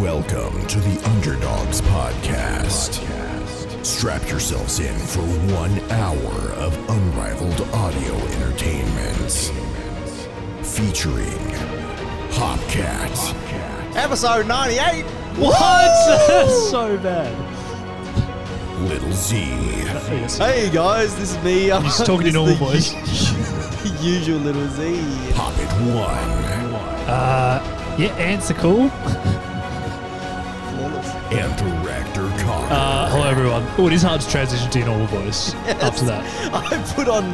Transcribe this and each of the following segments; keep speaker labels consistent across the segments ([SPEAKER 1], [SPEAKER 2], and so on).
[SPEAKER 1] Welcome to the Underdogs Podcast. Strap yourselves in for one hour of unrivaled audio entertainment. Featuring Hopcat,
[SPEAKER 2] Episode 98.
[SPEAKER 3] What? so bad.
[SPEAKER 1] Little Z,
[SPEAKER 2] Hey guys, this is me. I'm
[SPEAKER 3] He's talking in
[SPEAKER 2] this
[SPEAKER 3] normal
[SPEAKER 2] is
[SPEAKER 3] voice.
[SPEAKER 2] the Usual little Z.
[SPEAKER 1] Poppet One,
[SPEAKER 3] Yeah, ants are cool.
[SPEAKER 1] and Director Connor.
[SPEAKER 3] Uh, hello, everyone. Oh, it is hard to transition to your normal voice after that.
[SPEAKER 2] I put on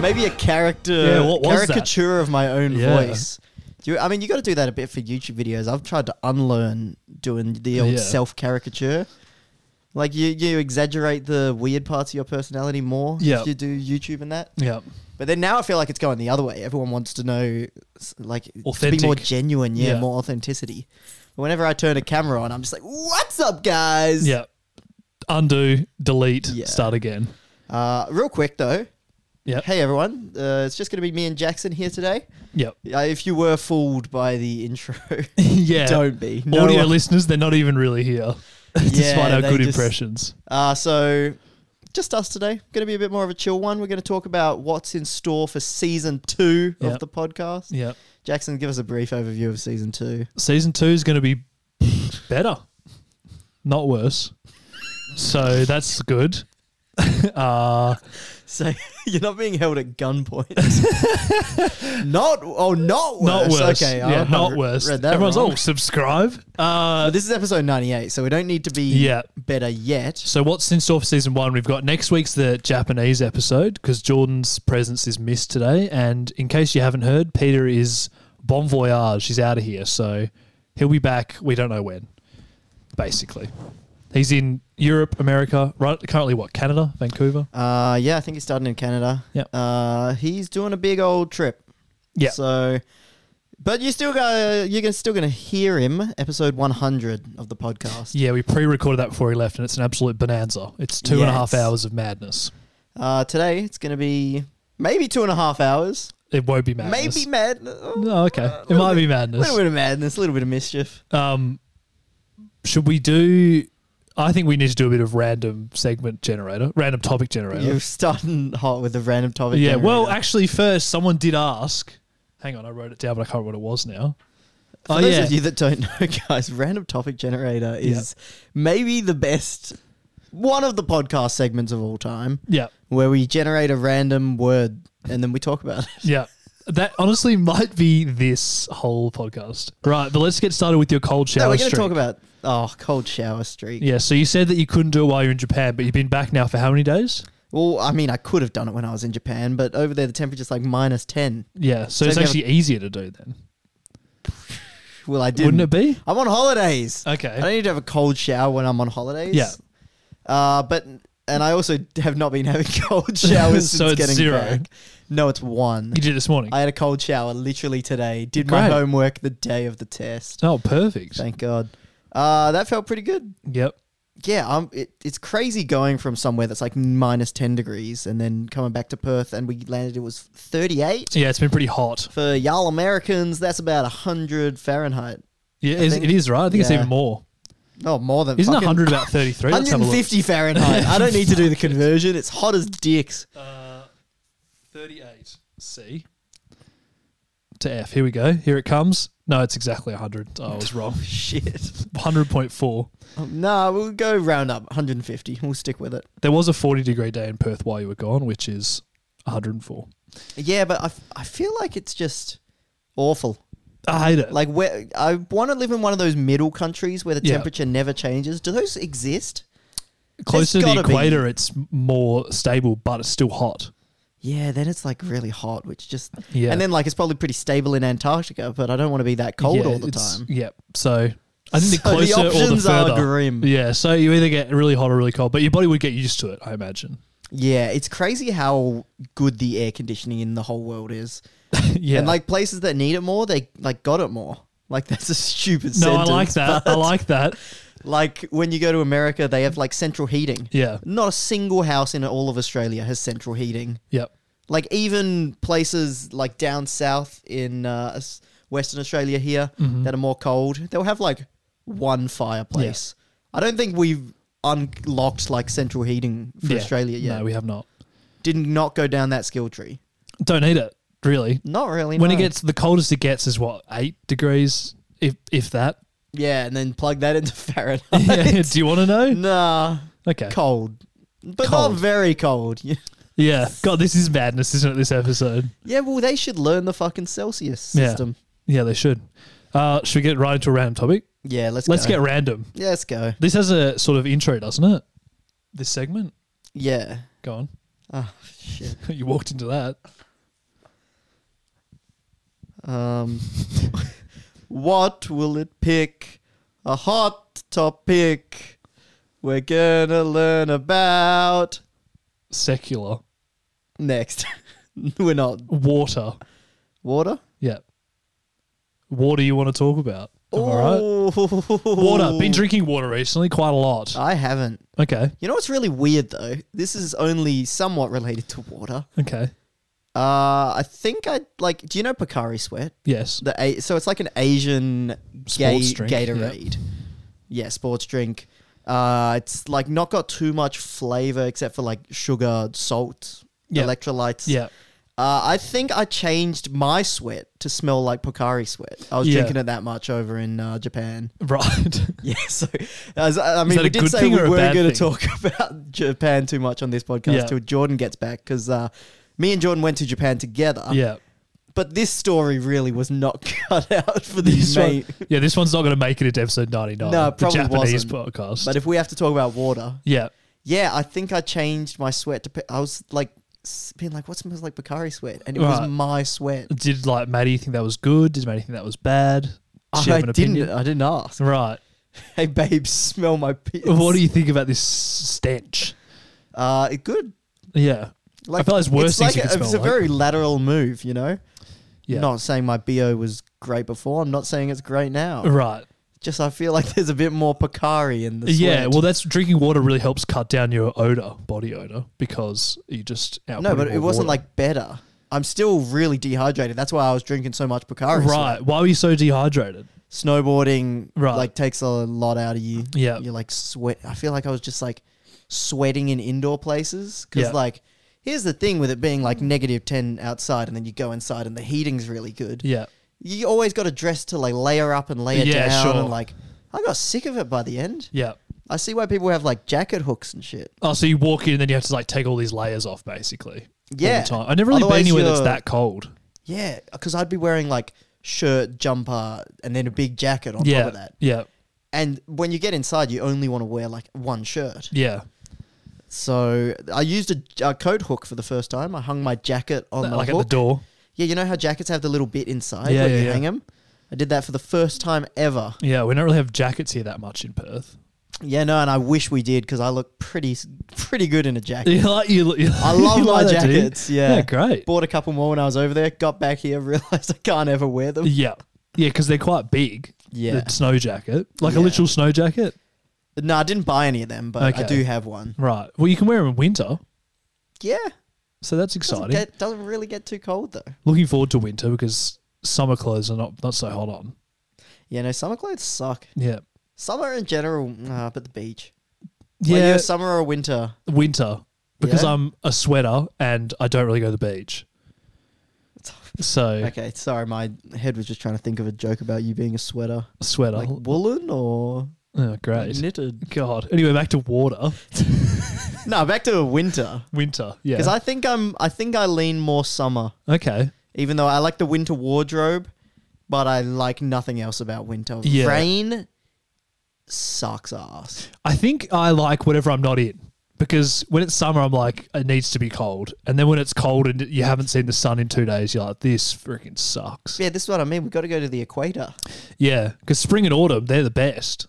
[SPEAKER 2] maybe a character
[SPEAKER 3] Yeah, what was that?
[SPEAKER 2] caricature of my own
[SPEAKER 3] Yeah.
[SPEAKER 2] voice. Do you, I mean, you got to do that a bit for YouTube videos. I've tried to unlearn doing the old
[SPEAKER 3] Yeah.
[SPEAKER 2] self caricature. Like you, you exaggerate the weird parts of your personality more
[SPEAKER 3] Yeah.
[SPEAKER 2] if you do YouTube and that.
[SPEAKER 3] Yeah.
[SPEAKER 2] But then now I feel like it's going the other way. Everyone wants to know, s- like, to be more
[SPEAKER 3] Authentic.
[SPEAKER 2] genuine, yeah,
[SPEAKER 3] Yeah.
[SPEAKER 2] more authenticity. But whenever I turn a camera on, I'm just like, "What's up, guys?"
[SPEAKER 3] Yeah. Undo, delete,
[SPEAKER 2] Yeah.
[SPEAKER 3] start again.
[SPEAKER 2] Uh, real quick though,
[SPEAKER 3] Yep.
[SPEAKER 2] hey everyone, uh, it's just gonna be me and Jackson here today.
[SPEAKER 3] Yep.
[SPEAKER 2] Uh, if you were fooled by the intro,
[SPEAKER 3] yeah.
[SPEAKER 2] don't be. No
[SPEAKER 3] Audio
[SPEAKER 2] one-
[SPEAKER 3] listeners, they're not even really here. Despite
[SPEAKER 2] Yeah,
[SPEAKER 3] our
[SPEAKER 2] they
[SPEAKER 3] good
[SPEAKER 2] just-
[SPEAKER 3] impressions.
[SPEAKER 2] Uh, so, just us today. Going to be a bit more of a chill one. We're going to talk about what's in store for season two of
[SPEAKER 3] Yep.
[SPEAKER 2] the podcast.
[SPEAKER 3] Yeah.
[SPEAKER 2] Jackson, give us a brief overview of season two.
[SPEAKER 3] Season two is going to be better, not worse. So that's good. uh,
[SPEAKER 2] So you're not being held at gunpoint. not oh, not worse.
[SPEAKER 3] not worse.
[SPEAKER 2] Okay,
[SPEAKER 3] yeah,
[SPEAKER 2] I've
[SPEAKER 3] not
[SPEAKER 2] re-
[SPEAKER 3] worse.
[SPEAKER 2] Read that
[SPEAKER 3] Everyone's
[SPEAKER 2] wrong.
[SPEAKER 3] oh, subscribe. Uh,
[SPEAKER 2] But this is episode 98, so we don't need to be
[SPEAKER 3] Yeah.
[SPEAKER 2] better yet.
[SPEAKER 3] So what's in store for season one? We've got next week's the Japanese episode because Jordan's presence is missed today. And in case you haven't heard, Peter is bon voyage. He's out of here, so he'll be back. We don't know when. Basically, he's in Europe, America, right? Currently, what Canada, Vancouver.
[SPEAKER 2] Uh, yeah, I think he's starting in Canada.
[SPEAKER 3] Yep.
[SPEAKER 2] Uh, he's doing a big old trip.
[SPEAKER 3] Yeah,
[SPEAKER 2] So, but you still go. You're gonna- still going to hear him. Episode 100 of the podcast.
[SPEAKER 3] yeah. We pre-recorded that before he left, and it's an absolute bonanza. It's two and a half
[SPEAKER 2] Yes.
[SPEAKER 3] hours of madness.
[SPEAKER 2] Uh, today it's going to be maybe two and a half hours.
[SPEAKER 3] It won't be madness.
[SPEAKER 2] Maybe madness. Oh,
[SPEAKER 3] No, okay.
[SPEAKER 2] a
[SPEAKER 3] It
[SPEAKER 2] little
[SPEAKER 3] might be
[SPEAKER 2] bit-
[SPEAKER 3] madness.
[SPEAKER 2] little bit of madness. A little bit of mischief.
[SPEAKER 3] Um, should we do? I think we need to do a bit of random segment generator, random topic generator.
[SPEAKER 2] You're starting hot with a random topic.
[SPEAKER 3] yeah. Well,
[SPEAKER 2] generator.
[SPEAKER 3] actually, first someone did ask. Hang on, I wrote it down, but I can't remember what it was now.
[SPEAKER 2] For
[SPEAKER 3] oh
[SPEAKER 2] those
[SPEAKER 3] yeah,
[SPEAKER 2] of you that don't know, guys, Random Topic Generator is maybe the best, one of the podcast segments of all time,
[SPEAKER 3] yeah,
[SPEAKER 2] where we generate a random word and then we talk about it.
[SPEAKER 3] yeah. That honestly might be this whole podcast, right? But let's get started with your cold shower.
[SPEAKER 2] no, we're going to
[SPEAKER 3] streak.
[SPEAKER 2] talk about oh, cold shower streak.
[SPEAKER 3] Yeah. So you said that you couldn't do it while you're in Japan, but you've been back now for how many days?
[SPEAKER 2] Well, I mean, I could have done it when I was in Japan, but over there the temperature's like minus ten.
[SPEAKER 3] Yeah.
[SPEAKER 2] So
[SPEAKER 3] So, it's
[SPEAKER 2] if you
[SPEAKER 3] actually easier to do then,
[SPEAKER 2] Well, I didn't.
[SPEAKER 3] wouldn't it be?
[SPEAKER 2] I'm on holidays.
[SPEAKER 3] Okay.
[SPEAKER 2] I don't need to have a cold shower when I'm on holidays.
[SPEAKER 3] Yeah.
[SPEAKER 2] Uh, but and I also have not been having cold showers
[SPEAKER 3] So
[SPEAKER 2] since
[SPEAKER 3] it's
[SPEAKER 2] getting
[SPEAKER 3] zero.
[SPEAKER 2] back. No, it's one.
[SPEAKER 3] You did it this morning.
[SPEAKER 2] I had a cold shower literally today. Did my
[SPEAKER 3] Great.
[SPEAKER 2] homework the day of the test.
[SPEAKER 3] oh, perfect.
[SPEAKER 2] Thank God. Uh, that felt pretty good.
[SPEAKER 3] Yep.
[SPEAKER 2] Yeah, um, it, it's crazy going from somewhere that's like minus 10 degrees and then coming back to Perth and we landed, it was 38.
[SPEAKER 3] Yeah, it's been pretty hot.
[SPEAKER 2] For y'all Americans, that's about 100 Fahrenheit.
[SPEAKER 3] Yeah, it is,
[SPEAKER 2] think-
[SPEAKER 3] it is right. I think it's
[SPEAKER 2] yeah.
[SPEAKER 3] even more.
[SPEAKER 2] Oh, more than
[SPEAKER 3] Isn't
[SPEAKER 2] fucking-
[SPEAKER 3] 100 about 33? Let's have a look.
[SPEAKER 2] 150 Fahrenheit. I don't need to do the conversion. It's hot as dicks.
[SPEAKER 3] Oh, 38 C to F. Here we go. Here it comes. No, it's exactly 100. Oh, I was wrong.
[SPEAKER 2] Shit.
[SPEAKER 3] 100.4.
[SPEAKER 2] No, Um, we'll go round up 150. We'll stick with it.
[SPEAKER 3] There was a 40 degree day in Perth while you were gone, which is 104.
[SPEAKER 2] Yeah, but I, f- I feel like it's just awful.
[SPEAKER 3] I hate it.
[SPEAKER 2] Like where I want to live in one of those middle countries where the
[SPEAKER 3] Yeah.
[SPEAKER 2] temperature never changes. Do those exist?
[SPEAKER 3] Close to
[SPEAKER 2] there's
[SPEAKER 3] the
[SPEAKER 2] gotta be-
[SPEAKER 3] equator, it's more stable, but it's still hot.
[SPEAKER 2] Yeah, then it's like really hot, which just
[SPEAKER 3] Yeah.
[SPEAKER 2] and then like it's probably pretty stable in Antarctica, but I don't want to be that cold
[SPEAKER 3] Yeah,
[SPEAKER 2] all the
[SPEAKER 3] it's-
[SPEAKER 2] time.
[SPEAKER 3] Yep. So I think
[SPEAKER 2] So
[SPEAKER 3] the
[SPEAKER 2] the
[SPEAKER 3] closer or the
[SPEAKER 2] options are
[SPEAKER 3] further.
[SPEAKER 2] grim.
[SPEAKER 3] Yeah. So you either get really hot or really cold, but your body would get used to it, I imagine.
[SPEAKER 2] Yeah, it's crazy how good the air conditioning in the whole world is.
[SPEAKER 3] yeah.
[SPEAKER 2] And like places that need it more, they like got it more. Like that's a stupid
[SPEAKER 3] no,
[SPEAKER 2] sentence.
[SPEAKER 3] I like that. I
[SPEAKER 2] but,
[SPEAKER 3] like that.
[SPEAKER 2] like when you go to America, they have like central heating.
[SPEAKER 3] Yeah.
[SPEAKER 2] Not a single house in all of Australia has central heating.
[SPEAKER 3] Yep.
[SPEAKER 2] Like even places like down south in uh, s- Western Australia here
[SPEAKER 3] Mm-hmm.
[SPEAKER 2] that are more cold, they'll have like one fireplace. I don't think we've unlocked like central heating for
[SPEAKER 3] Yeah.
[SPEAKER 2] Australia yet.
[SPEAKER 3] No, we have not.
[SPEAKER 2] Did not go down that skill tree.
[SPEAKER 3] Don't need it really.
[SPEAKER 2] Not really.
[SPEAKER 3] When
[SPEAKER 2] no.
[SPEAKER 3] it gets the coldest, it gets is what eight degrees, if if that.
[SPEAKER 2] yeah, and then plug that into Fahrenheit.
[SPEAKER 3] Yeah. Do you want to know?
[SPEAKER 2] Nah,
[SPEAKER 3] Okay.
[SPEAKER 2] cold, but
[SPEAKER 3] Cold.
[SPEAKER 2] not very cold.
[SPEAKER 3] Yeah. God, this is madness, isn't it? This episode.
[SPEAKER 2] yeah, well, they should learn the fucking Celsius
[SPEAKER 3] Yeah.
[SPEAKER 2] system.
[SPEAKER 3] Yeah, they should. Uh, should we get right into a random topic?
[SPEAKER 2] Yeah, let's
[SPEAKER 3] Let's
[SPEAKER 2] go.
[SPEAKER 3] get random.
[SPEAKER 2] yeah, let's go.
[SPEAKER 3] This has a sort of intro, doesn't it? This segment.
[SPEAKER 2] Yeah.
[SPEAKER 3] Go on.
[SPEAKER 2] Oh shit.
[SPEAKER 3] you walked into that.
[SPEAKER 2] Um, what will it pick? A hot topic. We're gonna learn about
[SPEAKER 3] Secular.
[SPEAKER 2] next. We're not
[SPEAKER 3] Water.
[SPEAKER 2] water.
[SPEAKER 3] Yeah. Water you want to talk about. Am I right? Water. Been drinking water recently quite a lot.
[SPEAKER 2] I haven't.
[SPEAKER 3] Okay.
[SPEAKER 2] You know what's really weird though? This is only somewhat related to water.
[SPEAKER 3] Okay.
[SPEAKER 2] Uh, I think I like. Do you know Pocari Sweat?
[SPEAKER 3] Yes.
[SPEAKER 2] The a- so it's like an Asian gay,
[SPEAKER 3] Sports drink,
[SPEAKER 2] Gatorade. Yeah. sports drink. Uh, it's like not got too much flavor except for like sugar, salt,
[SPEAKER 3] Yeah.
[SPEAKER 2] electrolytes.
[SPEAKER 3] Yeah.
[SPEAKER 2] Uh, I think I changed my sweat to smell like Pocari Sweat. I was
[SPEAKER 3] Yeah.
[SPEAKER 2] drinking it that much over in uh, Japan.
[SPEAKER 3] Right.
[SPEAKER 2] Yeah, so as, I mean,
[SPEAKER 3] that a
[SPEAKER 2] we did
[SPEAKER 3] good
[SPEAKER 2] say
[SPEAKER 3] thing
[SPEAKER 2] we
[SPEAKER 3] or a
[SPEAKER 2] weren't
[SPEAKER 3] bad
[SPEAKER 2] going to
[SPEAKER 3] thing?
[SPEAKER 2] talk about Japan too much on this podcast
[SPEAKER 3] Yeah.
[SPEAKER 2] till Jordan gets back because uh, me and Jordan went to Japan together.
[SPEAKER 3] yeah.
[SPEAKER 2] But this story really was not cut out for these
[SPEAKER 3] This one,
[SPEAKER 2] mate.
[SPEAKER 3] yeah, this one's not going to make it into episode 99.
[SPEAKER 2] No, it probably
[SPEAKER 3] the Japanese
[SPEAKER 2] wasn't.
[SPEAKER 3] podcast.
[SPEAKER 2] But if we have to talk about water,
[SPEAKER 3] yeah.
[SPEAKER 2] yeah, I think I changed my sweat to. pe- I was like s- being like, "What smells like Bakari sweat?" And it
[SPEAKER 3] Right.
[SPEAKER 2] was my sweat.
[SPEAKER 3] Did like Maddie think that was good? Did Maddie think that was bad? Did she
[SPEAKER 2] I
[SPEAKER 3] have an
[SPEAKER 2] didn't.
[SPEAKER 3] opinion?
[SPEAKER 2] I didn't ask.
[SPEAKER 3] Right.
[SPEAKER 2] Hey, babe, smell my piss.
[SPEAKER 3] What do you think about this stench?
[SPEAKER 2] Uh, it good.
[SPEAKER 3] Yeah. I feel like it's worse things
[SPEAKER 2] like
[SPEAKER 3] you
[SPEAKER 2] a,
[SPEAKER 3] can smell.
[SPEAKER 2] It's a
[SPEAKER 3] like.
[SPEAKER 2] very lateral move, you know.
[SPEAKER 3] yeah.
[SPEAKER 2] Not saying my bo was great before. I'm not saying it's great now.
[SPEAKER 3] right.
[SPEAKER 2] Just I feel like there's a bit more Picari in the sweat.
[SPEAKER 3] Yeah, well, that's drinking water really helps cut down your odor, body odor, because you just
[SPEAKER 2] no,
[SPEAKER 3] outputting
[SPEAKER 2] but
[SPEAKER 3] more
[SPEAKER 2] it wasn't
[SPEAKER 3] water.
[SPEAKER 2] like better. I'm still really dehydrated. That's why I was drinking so much Picari.
[SPEAKER 3] right. Why were you so dehydrated?
[SPEAKER 2] Snowboarding
[SPEAKER 3] Right.
[SPEAKER 2] like takes a lot out of you.
[SPEAKER 3] Yeah.
[SPEAKER 2] You're like sweat. I feel like I was just like sweating in indoor places because
[SPEAKER 3] Yeah.
[SPEAKER 2] like here's the thing with it being like negative 10 outside and then you go inside and the heating's really good.
[SPEAKER 3] Yeah,
[SPEAKER 2] you always got to dress to like layer up and layer
[SPEAKER 3] Yeah,
[SPEAKER 2] down
[SPEAKER 3] sure.
[SPEAKER 2] and like I got sick of it by the end.
[SPEAKER 3] yeah.
[SPEAKER 2] I see why people have like jacket hooks and shit.
[SPEAKER 3] Oh, so you walk in and then you have to like take all these layers off, basically. all
[SPEAKER 2] Yeah.
[SPEAKER 3] the time. I never really been
[SPEAKER 2] Otherwise
[SPEAKER 3] anywhere that's
[SPEAKER 2] you're-
[SPEAKER 3] that cold.
[SPEAKER 2] Yeah, because I'd be wearing like shirt, jumper, and then a big jacket on top
[SPEAKER 3] Yeah,
[SPEAKER 2] of that.
[SPEAKER 3] yeah,
[SPEAKER 2] And when you get inside, you only want to wear like one shirt.
[SPEAKER 3] yeah.
[SPEAKER 2] So I used a, a coat hook for the first time. I hung my jacket on the
[SPEAKER 3] like
[SPEAKER 2] hook.
[SPEAKER 3] at the door.
[SPEAKER 2] Yeah, you know how jackets have the little bit inside
[SPEAKER 3] Yeah,
[SPEAKER 2] where
[SPEAKER 3] yeah,
[SPEAKER 2] you
[SPEAKER 3] yeah.
[SPEAKER 2] hang 'em. hang them. I did that for the first time ever.
[SPEAKER 3] Yeah, we don't really have jackets here that much in Perth.
[SPEAKER 2] Yeah, no, and I wish we did because I look pretty pretty good in a jacket.
[SPEAKER 3] You like you, you
[SPEAKER 2] I love
[SPEAKER 3] you
[SPEAKER 2] my
[SPEAKER 3] like that, do you?
[SPEAKER 2] jackets. Yeah.
[SPEAKER 3] great.
[SPEAKER 2] Bought a couple more when I was over there. Got back here, realized I can't ever wear them.
[SPEAKER 3] Yeah, yeah, because they're quite big.
[SPEAKER 2] Yeah.
[SPEAKER 3] the snow jacket, like a
[SPEAKER 2] Yeah.
[SPEAKER 3] literal snow jacket.
[SPEAKER 2] No, I didn't buy any of them, but I
[SPEAKER 3] Okay.
[SPEAKER 2] do have one.
[SPEAKER 3] Right. Well, you can wear them in winter,
[SPEAKER 2] Yeah,
[SPEAKER 3] so that's
[SPEAKER 2] doesn't,
[SPEAKER 3] exciting.
[SPEAKER 2] get, doesn't really get too cold though.
[SPEAKER 3] Looking forward to winter because summer clothes are not not so hot on.
[SPEAKER 2] Yeah, no, summer clothes suck.
[SPEAKER 3] Yeah.
[SPEAKER 2] Summer in general, nah, but the beach. Whether
[SPEAKER 3] Yeah,
[SPEAKER 2] you're summer or winter,
[SPEAKER 3] winter because
[SPEAKER 2] Yeah?
[SPEAKER 3] I'm a sweater and I don't really go to the beach. So
[SPEAKER 2] Okay, sorry, my head was just trying to think of a joke about you being a sweater,
[SPEAKER 3] sweater,
[SPEAKER 2] like woolen or
[SPEAKER 3] oh, great.
[SPEAKER 2] knitted.
[SPEAKER 3] God. Anyway, back to water.
[SPEAKER 2] no, back to winter
[SPEAKER 3] Winter. Yeah.
[SPEAKER 2] because I think I'm. I think I lean more summer,
[SPEAKER 3] okay.
[SPEAKER 2] even though I like the winter wardrobe, but I like nothing else about winter.
[SPEAKER 3] Yeah.
[SPEAKER 2] Rain sucks ass.
[SPEAKER 3] I think I like whatever I'm not in because when it's summer, I'm like, it needs to be cold. And then when it's cold and you haven't seen the sun in two days, you're like, this freaking sucks.
[SPEAKER 2] Yeah, this is what I mean. We've got to go to the equator.
[SPEAKER 3] Yeah, because spring and autumn, they're the best.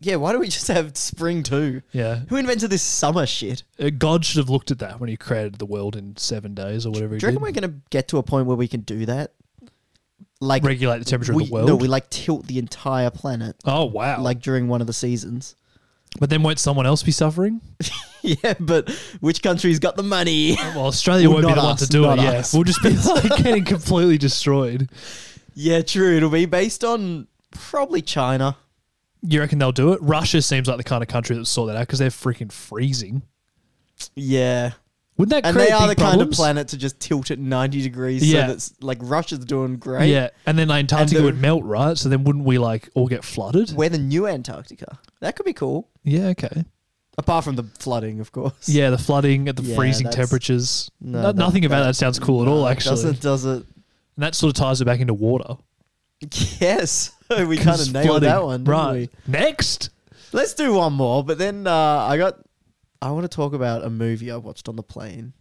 [SPEAKER 2] Yeah, why don't we just have spring too?
[SPEAKER 3] Yeah.
[SPEAKER 2] Who invented this summer shit?
[SPEAKER 3] Uh, God should have looked at that when he created the world in seven days or whatever he
[SPEAKER 2] Do you
[SPEAKER 3] did.
[SPEAKER 2] reckon we're going to get to a point where we can do that? Like
[SPEAKER 3] Regulate the temperature
[SPEAKER 2] we,
[SPEAKER 3] of the world.
[SPEAKER 2] No, we like tilt the entire planet,
[SPEAKER 3] oh, wow.
[SPEAKER 2] like during one of the seasons.
[SPEAKER 3] but then won't someone else be suffering?
[SPEAKER 2] yeah, but which country's got the money?
[SPEAKER 3] Well, Australia
[SPEAKER 2] Well,
[SPEAKER 3] won't be
[SPEAKER 2] not
[SPEAKER 3] the one
[SPEAKER 2] us,
[SPEAKER 3] to do
[SPEAKER 2] not
[SPEAKER 3] it. Yeah,
[SPEAKER 2] us.
[SPEAKER 3] we'll just be like getting completely destroyed.
[SPEAKER 2] yeah, true. It'll be based on probably China.
[SPEAKER 3] You reckon they'll do it? Russia seems like the kind of country that would sort that out because they're freaking freezing.
[SPEAKER 2] Yeah.
[SPEAKER 3] Wouldn't that
[SPEAKER 2] And
[SPEAKER 3] create
[SPEAKER 2] they are the
[SPEAKER 3] big
[SPEAKER 2] kind of
[SPEAKER 3] problems?
[SPEAKER 2] planet to just tilt it 90 degrees
[SPEAKER 3] Yeah.
[SPEAKER 2] so that's like Russia's doing great.
[SPEAKER 3] Yeah, and then Antarctica
[SPEAKER 2] And the-
[SPEAKER 3] would melt, right? So then wouldn't we like all get flooded?
[SPEAKER 2] We're the new Antarctica. That could be cool.
[SPEAKER 3] yeah, okay.
[SPEAKER 2] Apart from the flooding, of course.
[SPEAKER 3] Yeah, the flooding at the
[SPEAKER 2] Yeah,
[SPEAKER 3] freezing
[SPEAKER 2] that's-
[SPEAKER 3] temperatures.
[SPEAKER 2] No,
[SPEAKER 3] No-
[SPEAKER 2] that-
[SPEAKER 3] nothing about
[SPEAKER 2] that-
[SPEAKER 3] that sounds cool at all, actually.
[SPEAKER 2] Doesn't does it
[SPEAKER 3] And that sort of ties it back into water.
[SPEAKER 2] Yes. we kind of
[SPEAKER 3] 'Cause
[SPEAKER 2] nailed
[SPEAKER 3] flooding.
[SPEAKER 2] that one, didn't
[SPEAKER 3] right?
[SPEAKER 2] we?
[SPEAKER 3] Next,
[SPEAKER 2] Let's do one more, but then uh, I got I want to talk about a movie I watched on the plane.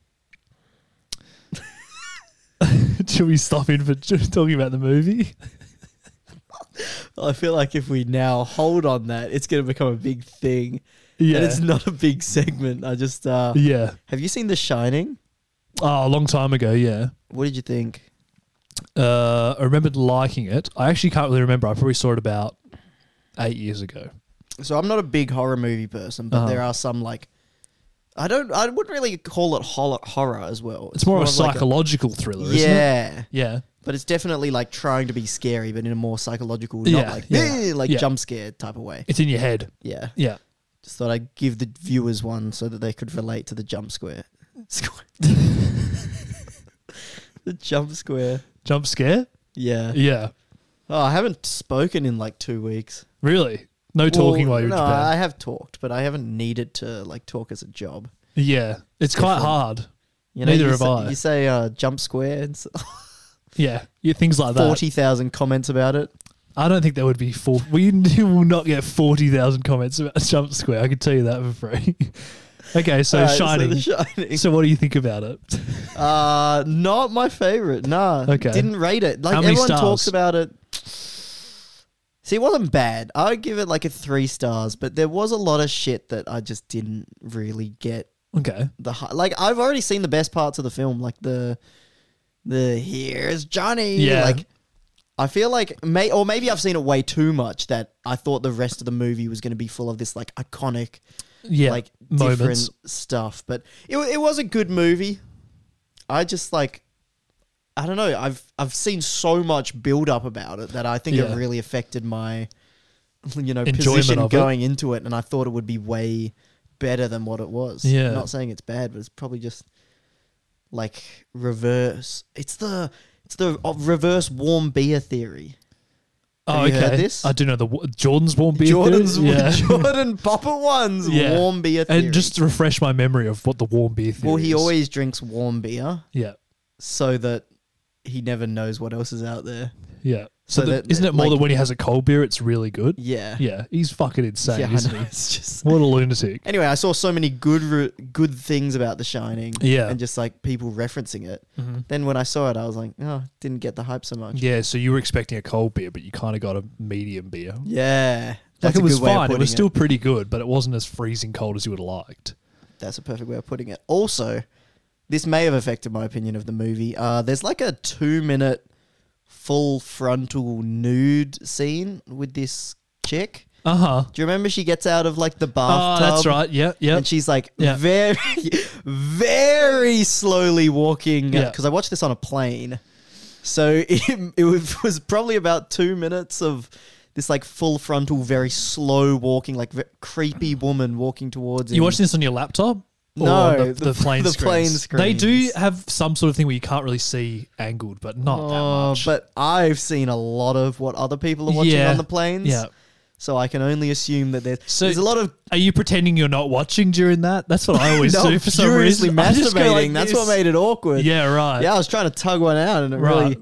[SPEAKER 3] should we stop in for talking about the movie?
[SPEAKER 2] I feel like if we now hold on that, it's going to become a big thing.
[SPEAKER 3] Yeah,
[SPEAKER 2] And it's not a big segment. I just uh
[SPEAKER 3] yeah.
[SPEAKER 2] Have you seen The Shining?
[SPEAKER 3] Oh, a long time ago. Yeah.
[SPEAKER 2] What did you think?
[SPEAKER 3] Uh, I remembered liking it. I actually can't really remember. I probably saw it about eight years ago.
[SPEAKER 2] So I'm not a big horror movie person, but
[SPEAKER 3] Uh-huh.
[SPEAKER 2] there are some like I don't I wouldn't really call it hol- horror as well.
[SPEAKER 3] It's more, of a
[SPEAKER 2] like
[SPEAKER 3] psychological thriller, isn't it?
[SPEAKER 2] yeah.
[SPEAKER 3] Yeah.
[SPEAKER 2] But it's definitely like trying to be scary, but in a more psychological,
[SPEAKER 3] Yeah,
[SPEAKER 2] not like
[SPEAKER 3] yeah,
[SPEAKER 2] "Eh," like
[SPEAKER 3] yeah.
[SPEAKER 2] jump scare type of way.
[SPEAKER 3] It's in your head.
[SPEAKER 2] Yeah,
[SPEAKER 3] Yeah.
[SPEAKER 2] just thought I'd give the viewers one so that they could relate to the jump square. Square. the jump square.
[SPEAKER 3] Jump scare?
[SPEAKER 2] Yeah.
[SPEAKER 3] Yeah.
[SPEAKER 2] Oh, I haven't spoken in like two weeks.
[SPEAKER 3] Really? No talking
[SPEAKER 2] Well,
[SPEAKER 3] while you're
[SPEAKER 2] no,
[SPEAKER 3] in Japan.
[SPEAKER 2] I have talked, but I haven't needed to like talk as a job.
[SPEAKER 3] yeah. It's quite
[SPEAKER 2] different.
[SPEAKER 3] hard.
[SPEAKER 2] You know,
[SPEAKER 3] Neither
[SPEAKER 2] you
[SPEAKER 3] have
[SPEAKER 2] say,
[SPEAKER 3] I.
[SPEAKER 2] You say uh, jump square, and s-
[SPEAKER 3] Yeah. yeah. Things like that.
[SPEAKER 2] forty thousand comments about it.
[SPEAKER 3] I don't think there would be four. We will not get 40,000 comments about Jump Square. I can tell you that for free. okay. So,
[SPEAKER 2] All right,
[SPEAKER 3] Shining.
[SPEAKER 2] So the shining.
[SPEAKER 3] so, what do you think about it?
[SPEAKER 2] Uh, not my favorite. Nah.
[SPEAKER 3] Okay.
[SPEAKER 2] Didn't rate it. Like
[SPEAKER 3] How many
[SPEAKER 2] everyone
[SPEAKER 3] stars?
[SPEAKER 2] talks about it. See, it wasn't bad. I would give it like a three stars, but there was a lot of shit that I just didn't really get
[SPEAKER 3] Okay.
[SPEAKER 2] the hi- like. I've already seen the best parts of the film, like the the here's Johnny.
[SPEAKER 3] Yeah.
[SPEAKER 2] Like, I feel like may or maybe I've seen it way too much that I thought the rest of the movie was going to be full of this like iconic
[SPEAKER 3] Yeah.
[SPEAKER 2] like
[SPEAKER 3] moments.
[SPEAKER 2] different stuff. But it, wa- it was a good movie. I just like I don't know. I've I've seen so much build up about it that I think
[SPEAKER 3] Yeah.
[SPEAKER 2] it really affected my you know
[SPEAKER 3] Enjoyment
[SPEAKER 2] position
[SPEAKER 3] of it.
[SPEAKER 2] going into it, and I thought it would be way better than what it was.
[SPEAKER 3] Yeah.
[SPEAKER 2] I'm not saying it's bad, but it's probably just like reverse. It's the it's the uh, reverse warm beer theory.
[SPEAKER 3] Oh,
[SPEAKER 2] Have you
[SPEAKER 3] okay.
[SPEAKER 2] heard this?
[SPEAKER 3] I do know the wa- Jordan's warm beer.
[SPEAKER 2] Jordan's
[SPEAKER 3] theory. Yeah.
[SPEAKER 2] Jordan Popper one's
[SPEAKER 3] Yeah.
[SPEAKER 2] warm beer theory.
[SPEAKER 3] And just to refresh my memory of what the warm beer theory
[SPEAKER 2] well, he
[SPEAKER 3] is.
[SPEAKER 2] always drinks warm beer.
[SPEAKER 3] Yeah.
[SPEAKER 2] so that he never knows what else is out there.
[SPEAKER 3] Yeah.
[SPEAKER 2] So
[SPEAKER 3] So, the-
[SPEAKER 2] that-
[SPEAKER 3] isn't it more
[SPEAKER 2] like-
[SPEAKER 3] that when he has a cold beer, it's really good?
[SPEAKER 2] Yeah.
[SPEAKER 3] Yeah. He's fucking insane,
[SPEAKER 2] Yeah, I
[SPEAKER 3] isn't
[SPEAKER 2] know.
[SPEAKER 3] he?
[SPEAKER 2] It's just
[SPEAKER 3] What a lunatic.
[SPEAKER 2] Anyway, I saw so many good re- good things about The Shining
[SPEAKER 3] Yeah. Mm-hmm.
[SPEAKER 2] and just like people referencing it. Then when I saw it, I was like, "Oh, didn't get the hype so much."
[SPEAKER 3] Yeah. So you were expecting a cold beer, but you kind of got a medium beer.
[SPEAKER 2] Yeah.
[SPEAKER 3] Like
[SPEAKER 2] That's
[SPEAKER 3] it was
[SPEAKER 2] a good way of
[SPEAKER 3] fine. It
[SPEAKER 2] putting
[SPEAKER 3] was still pretty good, but it wasn't as freezing cold as you would have liked.
[SPEAKER 2] That's a perfect way of putting it. Also, this may have affected my opinion of the movie. Uh, there's like a two minute full frontal nude scene with this chick.
[SPEAKER 3] Uh huh.
[SPEAKER 2] Do you remember she gets out of like the
[SPEAKER 3] Oh,
[SPEAKER 2] bathtub?
[SPEAKER 3] that's right. Yeah. Yeah.
[SPEAKER 2] and she's like
[SPEAKER 3] Yeah.
[SPEAKER 2] very, very slowly walking.
[SPEAKER 3] Yeah.
[SPEAKER 2] Because I watched this on a plane, so it, it was was probably about two minutes of this like full frontal, very slow walking, like ve- creepy woman walking towards
[SPEAKER 3] you
[SPEAKER 2] him.
[SPEAKER 3] watching this on your laptop? Or
[SPEAKER 2] No,
[SPEAKER 3] on the,
[SPEAKER 2] the-
[SPEAKER 3] the plane
[SPEAKER 2] the plane
[SPEAKER 3] screens? They do
[SPEAKER 2] screens.
[SPEAKER 3] have some sort of thing where you can't really see angled, but not that
[SPEAKER 2] Oh,
[SPEAKER 3] much.
[SPEAKER 2] but I've seen a lot of what other people are watching
[SPEAKER 3] Yeah.
[SPEAKER 2] on the planes.
[SPEAKER 3] Yeah.
[SPEAKER 2] So I can only assume that there's
[SPEAKER 3] So-
[SPEAKER 2] there's a lot of
[SPEAKER 3] Are you pretending you're not watching during that? That's what I always
[SPEAKER 2] no,
[SPEAKER 3] do for some
[SPEAKER 2] furiously
[SPEAKER 3] reason. I just go
[SPEAKER 2] masturbating.
[SPEAKER 3] like
[SPEAKER 2] That's
[SPEAKER 3] this.
[SPEAKER 2] what made it awkward.
[SPEAKER 3] Yeah, right.
[SPEAKER 2] Yeah, I was trying to tug one out, and it
[SPEAKER 3] Right.
[SPEAKER 2] really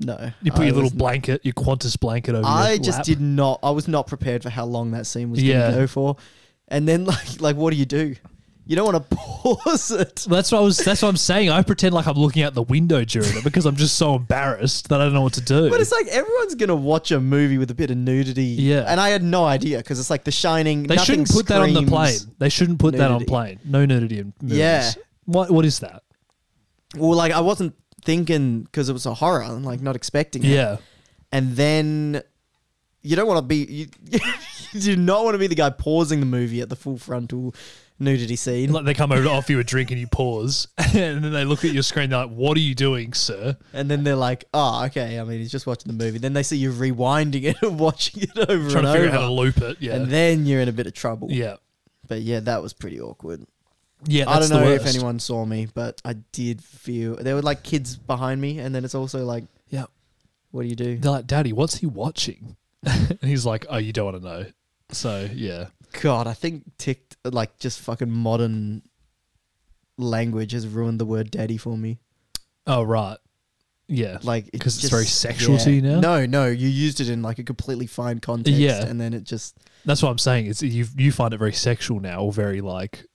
[SPEAKER 2] no.
[SPEAKER 3] You put
[SPEAKER 2] I
[SPEAKER 3] your little
[SPEAKER 2] was
[SPEAKER 3] blanket, your Qantas blanket over.
[SPEAKER 2] I
[SPEAKER 3] your
[SPEAKER 2] just
[SPEAKER 3] lap.
[SPEAKER 2] did not. I was not prepared for how long that scene was
[SPEAKER 3] Yeah.
[SPEAKER 2] going to go for. And then like like what do you do? You don't want to pause it.
[SPEAKER 3] That's what I was. That's what I'm saying. I pretend like I'm looking out the window during it because I'm just so embarrassed that I don't know what to do.
[SPEAKER 2] But it's like everyone's gonna watch a movie with a bit of nudity.
[SPEAKER 3] Yeah.
[SPEAKER 2] and I had no idea because it's like The Shining.
[SPEAKER 3] they
[SPEAKER 2] nothing
[SPEAKER 3] shouldn't put that on the
[SPEAKER 2] screams-
[SPEAKER 3] plane. They shouldn't put that on
[SPEAKER 2] nudity.
[SPEAKER 3] plane. No nudity in movies.
[SPEAKER 2] Yeah.
[SPEAKER 3] What What is that?
[SPEAKER 2] Well, like I wasn't thinking because it was a horror. I'm like not expecting. it.
[SPEAKER 3] Yeah.
[SPEAKER 2] and then you don't want to be you, you do not want to be the guy pausing the movie at the full frontal nudity scene.
[SPEAKER 3] Like they come over to offer you a drink and you pause, and then they look at your screen. They're like, "What are you doing, sir?"
[SPEAKER 2] And then they're like, "Oh, okay. I mean, he's just watching the movie." Then they see you rewinding it and watching it over
[SPEAKER 3] Trying
[SPEAKER 2] and
[SPEAKER 3] to
[SPEAKER 2] over,
[SPEAKER 3] figure out how to loop it. Yeah.
[SPEAKER 2] and then you're in a bit of trouble.
[SPEAKER 3] yeah.
[SPEAKER 2] But yeah, that was pretty awkward.
[SPEAKER 3] Yeah.
[SPEAKER 2] I don't
[SPEAKER 3] That's
[SPEAKER 2] know
[SPEAKER 3] the
[SPEAKER 2] if
[SPEAKER 3] worst.
[SPEAKER 2] anyone saw me, but I did feel there were like kids behind me, and then it's also like,
[SPEAKER 3] Yeah.
[SPEAKER 2] what do you do?
[SPEAKER 3] They're like, "Daddy, what's he watching?" and he's like, "Oh, you don't want to know." So yeah.
[SPEAKER 2] God, I think ticked like just fucking modern language has ruined the word daddy for me.
[SPEAKER 3] Oh right. Yeah.
[SPEAKER 2] Like it
[SPEAKER 3] 'Cause it's
[SPEAKER 2] just-
[SPEAKER 3] very sexual to you now?
[SPEAKER 2] No, no, you used it in like a completely fine context,
[SPEAKER 3] Yeah.
[SPEAKER 2] and then it just
[SPEAKER 3] That's what I'm saying. It's you. You find it very sexual now, or very like,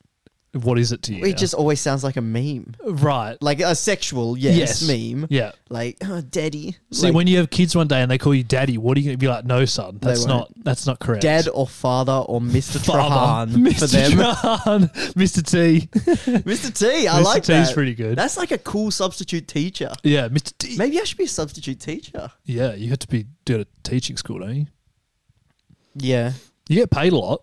[SPEAKER 3] what is it to you? now?
[SPEAKER 2] it just always sounds like a meme,
[SPEAKER 3] right.
[SPEAKER 2] like a sexual yes, meme,
[SPEAKER 3] Yeah.
[SPEAKER 2] like oh, daddy.
[SPEAKER 3] See,
[SPEAKER 2] Like,
[SPEAKER 3] when you have kids one day and they call you daddy, what are you going to be like? No, son, that's
[SPEAKER 2] won't.
[SPEAKER 3] not. That's not correct.
[SPEAKER 2] dad or father or Mr.
[SPEAKER 3] Father.
[SPEAKER 2] Trahan for them.
[SPEAKER 3] Trahan. Mr. T.
[SPEAKER 2] Mr. T, I
[SPEAKER 3] Mr.
[SPEAKER 2] like
[SPEAKER 3] T is
[SPEAKER 2] that.
[SPEAKER 3] pretty good.
[SPEAKER 2] That's like a cool substitute teacher.
[SPEAKER 3] Yeah, Mr. T.
[SPEAKER 2] Maybe I should be a substitute teacher.
[SPEAKER 3] Yeah, you have to be doing a teaching school, don't you?
[SPEAKER 2] Yeah.
[SPEAKER 3] You get paid a lot.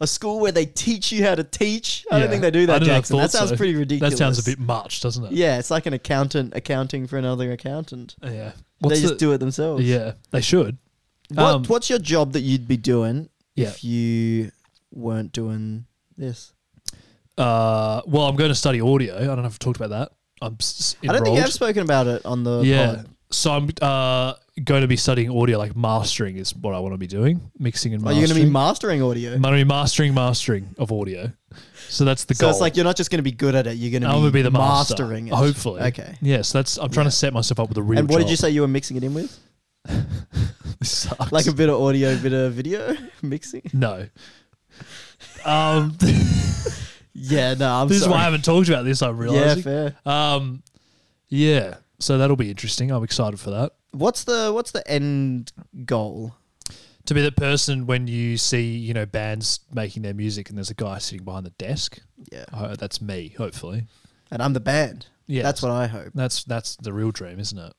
[SPEAKER 2] A school where they teach you how to teach. I
[SPEAKER 3] Yeah.
[SPEAKER 2] don't think they do that,
[SPEAKER 3] don't know, I
[SPEAKER 2] Jackson. That
[SPEAKER 3] thought
[SPEAKER 2] sounds
[SPEAKER 3] so.
[SPEAKER 2] pretty ridiculous.
[SPEAKER 3] That sounds a bit much, doesn't it?
[SPEAKER 2] Yeah, it's like an accountant accounting for another accountant.
[SPEAKER 3] Yeah.
[SPEAKER 2] they just
[SPEAKER 3] the-
[SPEAKER 2] do it themselves.
[SPEAKER 3] Yeah, they should.
[SPEAKER 2] What,
[SPEAKER 3] Um,
[SPEAKER 2] what's your job that you'd be doing
[SPEAKER 3] Yeah.
[SPEAKER 2] if you weren't doing this?
[SPEAKER 3] Uh, well, I'm going to study audio. I don't know if I've talked about that. I'm. s-
[SPEAKER 2] I don't think
[SPEAKER 3] enrolled.
[SPEAKER 2] I've spoken about it on the
[SPEAKER 3] yeah.
[SPEAKER 2] pod.
[SPEAKER 3] So I'm uh, going to be studying audio, like mastering is what I want to be doing, mixing and
[SPEAKER 2] Are
[SPEAKER 3] mastering.
[SPEAKER 2] you going to Oh, be mastering audio?
[SPEAKER 3] I'm going to be mastering, mastering of audio. So that's the
[SPEAKER 2] so
[SPEAKER 3] goal.
[SPEAKER 2] it's like you're not just going to be good at it, you're going
[SPEAKER 3] I'm
[SPEAKER 2] to
[SPEAKER 3] gonna
[SPEAKER 2] be,
[SPEAKER 3] be the master,
[SPEAKER 2] mastering it.
[SPEAKER 3] Hopefully,
[SPEAKER 2] Okay.
[SPEAKER 3] Yes, that's. I'm trying to set myself up with a real.
[SPEAKER 2] And what did
[SPEAKER 3] job.
[SPEAKER 2] you say you were mixing it in with?
[SPEAKER 3] This sucks.
[SPEAKER 2] Like a bit of audio, bit of video mixing?
[SPEAKER 3] no. Um,
[SPEAKER 2] Yeah, no, I'm
[SPEAKER 3] this is
[SPEAKER 2] sorry.
[SPEAKER 3] why I haven't talked about this. I realize.
[SPEAKER 2] yeah, fair.
[SPEAKER 3] Um, yeah. So that'll be interesting. I'm excited for that.
[SPEAKER 2] What's the what's the end goal?
[SPEAKER 3] to be the person when you see you know bands making their music and there's a guy sitting behind the desk.
[SPEAKER 2] Yeah.
[SPEAKER 3] Oh, that's me. Hopefully,
[SPEAKER 2] And I'm the band.
[SPEAKER 3] Yes.
[SPEAKER 2] That's what I hope.
[SPEAKER 3] that's that's the real dream, isn't it?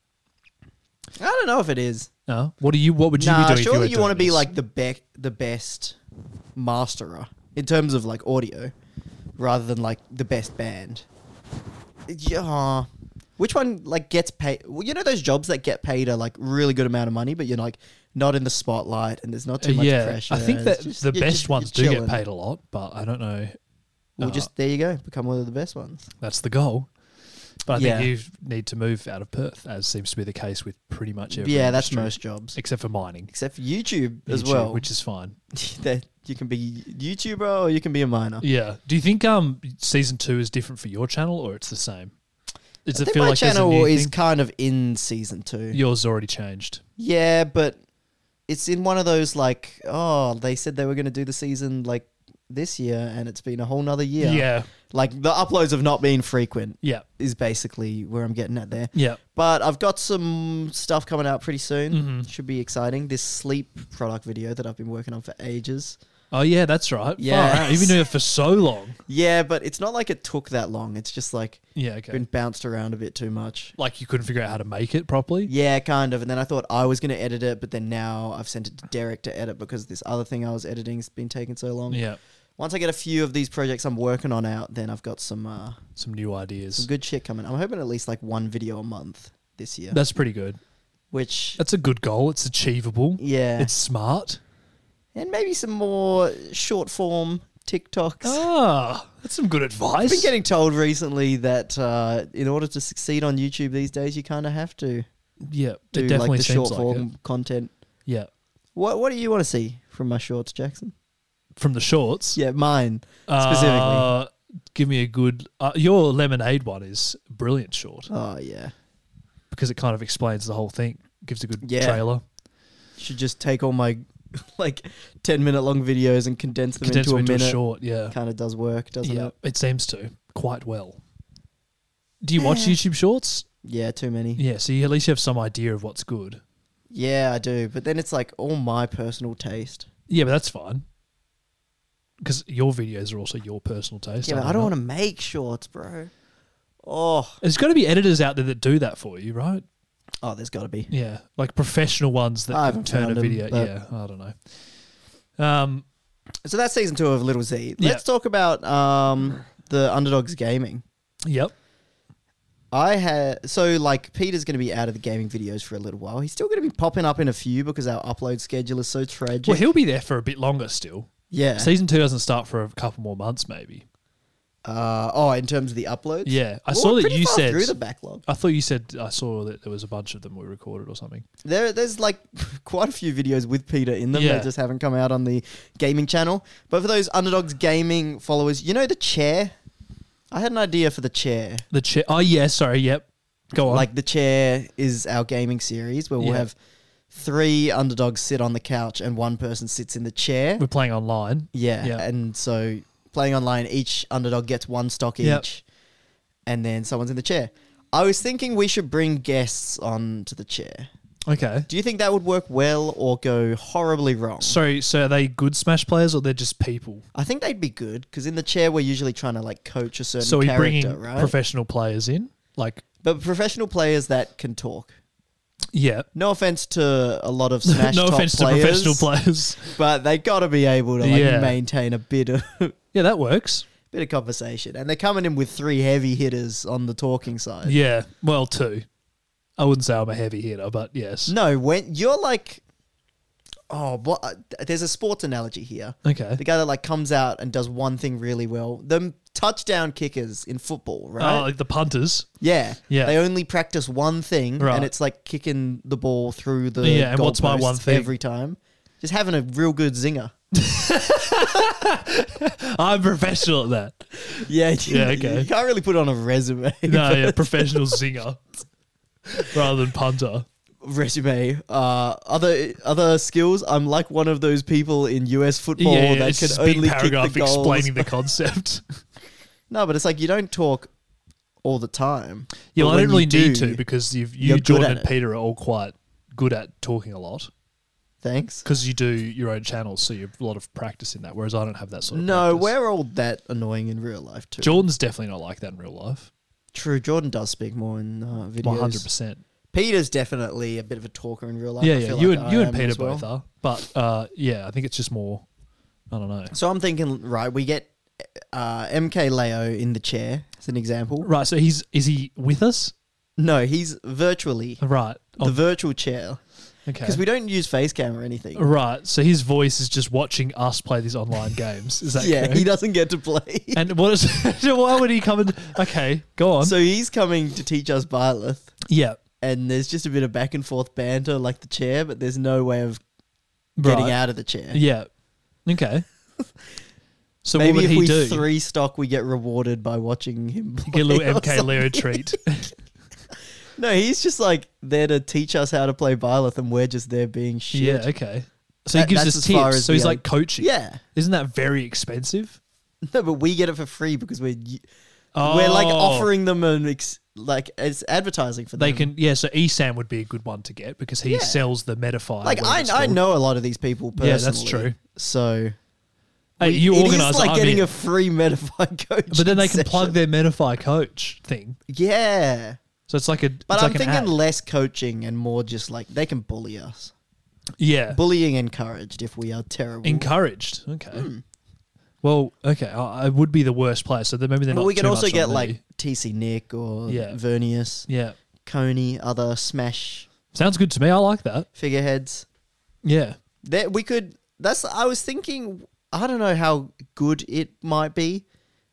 [SPEAKER 2] I don't know if it is.
[SPEAKER 3] No. What do you? What would you
[SPEAKER 2] nah,
[SPEAKER 3] be doing?
[SPEAKER 2] surely
[SPEAKER 3] if you,
[SPEAKER 2] you want to be
[SPEAKER 3] like
[SPEAKER 2] like the be- the best masterer in terms of like audio rather than like the best band. Yeah. Which one like gets paid? Well, you know those jobs that get paid a like really good amount of money, but you're like not in the spotlight and there's not too much
[SPEAKER 3] Uh, yeah,
[SPEAKER 2] pressure.
[SPEAKER 3] I think
[SPEAKER 2] and
[SPEAKER 3] that
[SPEAKER 2] it's just-
[SPEAKER 3] the
[SPEAKER 2] you're
[SPEAKER 3] best
[SPEAKER 2] just-
[SPEAKER 3] ones do
[SPEAKER 2] you're
[SPEAKER 3] get
[SPEAKER 2] chilling.
[SPEAKER 3] paid a lot, but I don't know.
[SPEAKER 2] Well,
[SPEAKER 3] uh,
[SPEAKER 2] just there you go, become one of the best ones.
[SPEAKER 3] That's the goal. But I
[SPEAKER 2] Yeah.
[SPEAKER 3] think you need to move out of Perth, as seems to be the case with pretty much every
[SPEAKER 2] yeah, that's
[SPEAKER 3] industry,
[SPEAKER 2] most jobs,
[SPEAKER 3] except for mining
[SPEAKER 2] except for YouTube as
[SPEAKER 3] YouTube,
[SPEAKER 2] well.
[SPEAKER 3] which is fine.
[SPEAKER 2] that you can be YouTuber or you can be a miner.
[SPEAKER 3] Yeah. Do you think um season two is different for your channel or it's the same? Does
[SPEAKER 2] I
[SPEAKER 3] it
[SPEAKER 2] think
[SPEAKER 3] feel
[SPEAKER 2] my
[SPEAKER 3] like there's a
[SPEAKER 2] channel
[SPEAKER 3] new
[SPEAKER 2] is
[SPEAKER 3] thing?
[SPEAKER 2] kind of in season two.
[SPEAKER 3] yours already changed?
[SPEAKER 2] Yeah, but it's in one of those like, oh, they said they were going to do the season like this year, and it's been a whole nother year.
[SPEAKER 3] Yeah.
[SPEAKER 2] like the uploads have not been frequent.
[SPEAKER 3] Yeah.
[SPEAKER 2] Is basically where I'm getting at there.
[SPEAKER 3] Yeah.
[SPEAKER 2] But I've got some stuff coming out pretty soon.
[SPEAKER 3] Mm-hmm.
[SPEAKER 2] Should be exciting. This sleep product video that I've been working on for ages.
[SPEAKER 3] Oh yeah, that's right.
[SPEAKER 2] Yes.
[SPEAKER 3] Yeah. You've been doing it for so long.
[SPEAKER 2] Yeah, but it's not like it took that long. It's just like
[SPEAKER 3] Yeah. Okay.
[SPEAKER 2] been bounced around a bit too much.
[SPEAKER 3] like you couldn't figure out how to make it properly.
[SPEAKER 2] Yeah, kind of. And then I thought I was going to edit it, but then now I've sent it to Derek to edit because this other thing I was editing has been taking so long.
[SPEAKER 3] Yeah.
[SPEAKER 2] Once I get a few of these projects I'm working on out, then I've got some uh,
[SPEAKER 3] Some new ideas.
[SPEAKER 2] some good shit coming. I'm hoping at least like one video a month this year.
[SPEAKER 3] That's pretty good.
[SPEAKER 2] which
[SPEAKER 3] That's a good goal. It's achievable.
[SPEAKER 2] yeah,
[SPEAKER 3] It's smart.
[SPEAKER 2] and maybe some more short form TikToks.
[SPEAKER 3] Ah, that's some good
[SPEAKER 2] I've
[SPEAKER 3] advice.
[SPEAKER 2] been getting told recently that uh, in order to succeed on YouTube these days, you kind of have to
[SPEAKER 3] yeah,
[SPEAKER 2] do
[SPEAKER 3] it definitely
[SPEAKER 2] like the
[SPEAKER 3] seems
[SPEAKER 2] short
[SPEAKER 3] like
[SPEAKER 2] form
[SPEAKER 3] it.
[SPEAKER 2] content.
[SPEAKER 3] Yeah,
[SPEAKER 2] What What do you want to see from my shorts, Jackson?
[SPEAKER 3] from the shorts.
[SPEAKER 2] Yeah, mine specifically.
[SPEAKER 3] Uh, give me a good. Uh, your lemonade one is brilliant short
[SPEAKER 2] Oh yeah.
[SPEAKER 3] because it kind of explains the whole thing. Gives a good
[SPEAKER 2] Yeah.
[SPEAKER 3] trailer.
[SPEAKER 2] Should just take all my like ten minute long videos and condense them
[SPEAKER 3] Condensed
[SPEAKER 2] into a
[SPEAKER 3] into a
[SPEAKER 2] minute.
[SPEAKER 3] short, yeah.
[SPEAKER 2] Kind of does work, doesn't
[SPEAKER 3] Yeah,
[SPEAKER 2] it?
[SPEAKER 3] it seems to quite well. Do you watch YouTube Shorts?
[SPEAKER 2] Yeah, too many. Yeah.
[SPEAKER 3] Yeah, so you at least have some idea of what's good.
[SPEAKER 2] I do. But then it's like all my personal taste.
[SPEAKER 3] Yeah, but that's fine. Because your videos are also your personal taste.
[SPEAKER 2] Yeah, but I don't want to make shorts, bro. Oh,
[SPEAKER 3] There's got to be editors out there that do that for you, right?
[SPEAKER 2] oh, there's got to be.
[SPEAKER 3] Yeah, like professional ones that
[SPEAKER 2] I
[SPEAKER 3] can
[SPEAKER 2] haven't
[SPEAKER 3] turn a
[SPEAKER 2] found 'em,
[SPEAKER 3] video.
[SPEAKER 2] but-
[SPEAKER 3] yeah, I don't know. Um,
[SPEAKER 2] So that's season two of Little Z.
[SPEAKER 3] Yeah.
[SPEAKER 2] Let's talk about um, the underdogs gaming.
[SPEAKER 3] yep.
[SPEAKER 2] I had so like Peter's going to be out of the gaming videos for a little while. He's still going to be popping up in a few because our upload schedule is so tragic.
[SPEAKER 3] Well, he'll be there for a bit longer still.
[SPEAKER 2] yeah.
[SPEAKER 3] Season two doesn't start for a couple more months, maybe.
[SPEAKER 2] uh, oh, in terms of the uploads.
[SPEAKER 3] Yeah, I
[SPEAKER 2] Well,
[SPEAKER 3] saw
[SPEAKER 2] we're
[SPEAKER 3] that
[SPEAKER 2] pretty
[SPEAKER 3] you
[SPEAKER 2] far
[SPEAKER 3] said.
[SPEAKER 2] through the backlog.
[SPEAKER 3] I thought you said I saw that there was a bunch of them we recorded or something.
[SPEAKER 2] There, there's like quite a few videos with Peter in them.
[SPEAKER 3] Yeah.
[SPEAKER 2] They just haven't come out on the gaming channel. But for those underdogs gaming followers, you know the chair. I had an idea for the chair.
[SPEAKER 3] The chair. Oh yeah, sorry. Yep. Go on.
[SPEAKER 2] Like the chair is our gaming series where we'll
[SPEAKER 3] Yeah.
[SPEAKER 2] have three underdogs sit on the couch and one person sits in the chair.
[SPEAKER 3] we're playing online.
[SPEAKER 2] Yeah,
[SPEAKER 3] Yeah.
[SPEAKER 2] and so playing online, each underdog gets one stock each,
[SPEAKER 3] Yep.
[SPEAKER 2] and then someone's in the chair. I was thinking we should bring guests on to the chair.
[SPEAKER 3] Okay.
[SPEAKER 2] Do you think that would work well or go horribly wrong?
[SPEAKER 3] Sorry. So are they good Smash players or they're just people?
[SPEAKER 2] I think they'd be good because in the chair we're usually trying to like coach a certain
[SPEAKER 3] So we're
[SPEAKER 2] character,
[SPEAKER 3] bringing
[SPEAKER 2] right?
[SPEAKER 3] professional players in. Like
[SPEAKER 2] but professional players that can talk.
[SPEAKER 3] yeah.
[SPEAKER 2] No offense to a lot of Smash
[SPEAKER 3] no
[SPEAKER 2] top
[SPEAKER 3] offense
[SPEAKER 2] players,
[SPEAKER 3] to professional players.
[SPEAKER 2] but they got to be able to like
[SPEAKER 3] Yeah.
[SPEAKER 2] maintain a bit of
[SPEAKER 3] yeah, that works.
[SPEAKER 2] bit of conversation. And they're coming in with three heavy hitters on the talking side.
[SPEAKER 3] Yeah. Well, two. I wouldn't say I'm a heavy hitter, but yes.
[SPEAKER 2] No, when you're like, oh, what? There's a sports analogy here.
[SPEAKER 3] Okay.
[SPEAKER 2] The guy that like comes out and does one thing really well. The touchdown kickers in football,
[SPEAKER 3] Oh,
[SPEAKER 2] right?
[SPEAKER 3] like the punters.
[SPEAKER 2] yeah,
[SPEAKER 3] yeah.
[SPEAKER 2] They only practice one thing,
[SPEAKER 3] Right.
[SPEAKER 2] and it's like kicking the ball through the
[SPEAKER 3] Yeah, and what's my
[SPEAKER 2] goalposts
[SPEAKER 3] one thing?
[SPEAKER 2] every time? Just having a real good zinger.
[SPEAKER 3] I'm professional at that.
[SPEAKER 2] Yeah,
[SPEAKER 3] Yeah, okay.
[SPEAKER 2] You can't really put it on a resume.
[SPEAKER 3] No, yeah, professional zinger rather than punter.
[SPEAKER 2] resume. Uh, other other skills. I'm like one of those people in U.S. football
[SPEAKER 3] yeah, yeah,
[SPEAKER 2] that
[SPEAKER 3] it's
[SPEAKER 2] can
[SPEAKER 3] just a big
[SPEAKER 2] only kick the
[SPEAKER 3] paragraph
[SPEAKER 2] goals.
[SPEAKER 3] explaining the concept.
[SPEAKER 2] No, but it's like you don't talk all the time.
[SPEAKER 3] Yeah,
[SPEAKER 2] But
[SPEAKER 3] well, I
[SPEAKER 2] when
[SPEAKER 3] don't really
[SPEAKER 2] you
[SPEAKER 3] need
[SPEAKER 2] do-
[SPEAKER 3] to because you've,
[SPEAKER 2] you're good
[SPEAKER 3] you,
[SPEAKER 2] at
[SPEAKER 3] Jordan, and
[SPEAKER 2] it.
[SPEAKER 3] Peter are all quite good at talking a lot
[SPEAKER 2] Thanks.
[SPEAKER 3] because you do your own channels, so you have a lot of practice in that. Whereas I don't have that sort of.
[SPEAKER 2] No,
[SPEAKER 3] practice.
[SPEAKER 2] we're all that annoying in real life too.
[SPEAKER 3] Jordan's definitely not like that in real life.
[SPEAKER 2] True, Jordan does speak more in uh, videos.
[SPEAKER 3] One hundred percent.
[SPEAKER 2] Peter's definitely a bit of a talker in real life.
[SPEAKER 3] Yeah,
[SPEAKER 2] I
[SPEAKER 3] yeah.
[SPEAKER 2] feel
[SPEAKER 3] You
[SPEAKER 2] like
[SPEAKER 3] and
[SPEAKER 2] I
[SPEAKER 3] you and
[SPEAKER 2] am
[SPEAKER 3] Peter
[SPEAKER 2] as well.
[SPEAKER 3] both are, but uh, yeah, I think it's just more. I don't know.
[SPEAKER 2] So I'm thinking, right? We get uh, MK Leo in the chair as an example.
[SPEAKER 3] Right. So he's is he with us?
[SPEAKER 2] No, he's virtually
[SPEAKER 3] Right.
[SPEAKER 2] the
[SPEAKER 3] Oh,
[SPEAKER 2] virtual chair
[SPEAKER 3] okay.
[SPEAKER 2] because we don't use face cam or anything.
[SPEAKER 3] Right. So his voice is just watching us play these online games. Is that
[SPEAKER 2] Yeah,
[SPEAKER 3] correct?
[SPEAKER 2] he doesn't get to play.
[SPEAKER 3] And what is? why would he come and? Okay, go on.
[SPEAKER 2] so he's coming to teach us Byleth.
[SPEAKER 3] yeah.
[SPEAKER 2] and there's just a bit of back and forth banter like the chair, but there's no way of getting
[SPEAKER 3] Right.
[SPEAKER 2] out of the chair.
[SPEAKER 3] Yeah. Okay. So what
[SPEAKER 2] Maybe
[SPEAKER 3] would
[SPEAKER 2] if
[SPEAKER 3] he
[SPEAKER 2] we
[SPEAKER 3] do?
[SPEAKER 2] three stock, we get rewarded by watching him. Play
[SPEAKER 3] Get a little
[SPEAKER 2] or
[SPEAKER 3] MK
[SPEAKER 2] something.
[SPEAKER 3] Leo treat.
[SPEAKER 2] No, he's just like there to teach us how to play Byleth, and we're just there being shit.
[SPEAKER 3] yeah. Okay. So he
[SPEAKER 2] That-
[SPEAKER 3] gives
[SPEAKER 2] that's
[SPEAKER 3] us
[SPEAKER 2] as far
[SPEAKER 3] tips.
[SPEAKER 2] as
[SPEAKER 3] So he's
[SPEAKER 2] the
[SPEAKER 3] like coaching.
[SPEAKER 2] Yeah.
[SPEAKER 3] Isn't that very expensive?
[SPEAKER 2] No, but we get it for free because we're y we're like
[SPEAKER 3] Oh.
[SPEAKER 2] offering them an ex- like it's advertising for them.
[SPEAKER 3] They can. Yeah. So Esam would be a good one to get because he
[SPEAKER 2] Yeah.
[SPEAKER 3] sells the Metafire.
[SPEAKER 2] like
[SPEAKER 3] whatever
[SPEAKER 2] I
[SPEAKER 3] it's
[SPEAKER 2] I
[SPEAKER 3] called.
[SPEAKER 2] know a lot of these people personally.
[SPEAKER 3] Yeah, that's true.
[SPEAKER 2] So
[SPEAKER 3] Hey, you
[SPEAKER 2] it is
[SPEAKER 3] organize.
[SPEAKER 2] like
[SPEAKER 3] I
[SPEAKER 2] getting
[SPEAKER 3] mean,
[SPEAKER 2] a free Metafy coach.
[SPEAKER 3] but then they can plug
[SPEAKER 2] session.
[SPEAKER 3] their Metafire coach thing.
[SPEAKER 2] Yeah.
[SPEAKER 3] So it's like a.
[SPEAKER 2] But
[SPEAKER 3] it's
[SPEAKER 2] I'm
[SPEAKER 3] like an
[SPEAKER 2] thinking
[SPEAKER 3] ad.
[SPEAKER 2] less coaching and more just like they can bully us.
[SPEAKER 3] yeah.
[SPEAKER 2] Bullying encouraged if we are terrible.
[SPEAKER 3] Encouraged. Okay.
[SPEAKER 2] Hmm.
[SPEAKER 3] Well, okay. I, I would be the worst player, so then maybe they're
[SPEAKER 2] but
[SPEAKER 3] not.
[SPEAKER 2] we could
[SPEAKER 3] too
[SPEAKER 2] also
[SPEAKER 3] much on
[SPEAKER 2] get
[SPEAKER 3] me.
[SPEAKER 2] like TC Nick or
[SPEAKER 3] Yeah.
[SPEAKER 2] Vernius,
[SPEAKER 3] Yeah.
[SPEAKER 2] Coney, other smash
[SPEAKER 3] Sounds good to me. I like that.
[SPEAKER 2] figureheads.
[SPEAKER 3] Yeah.
[SPEAKER 2] That we could. That's. I was thinking. I don't know how good it might be.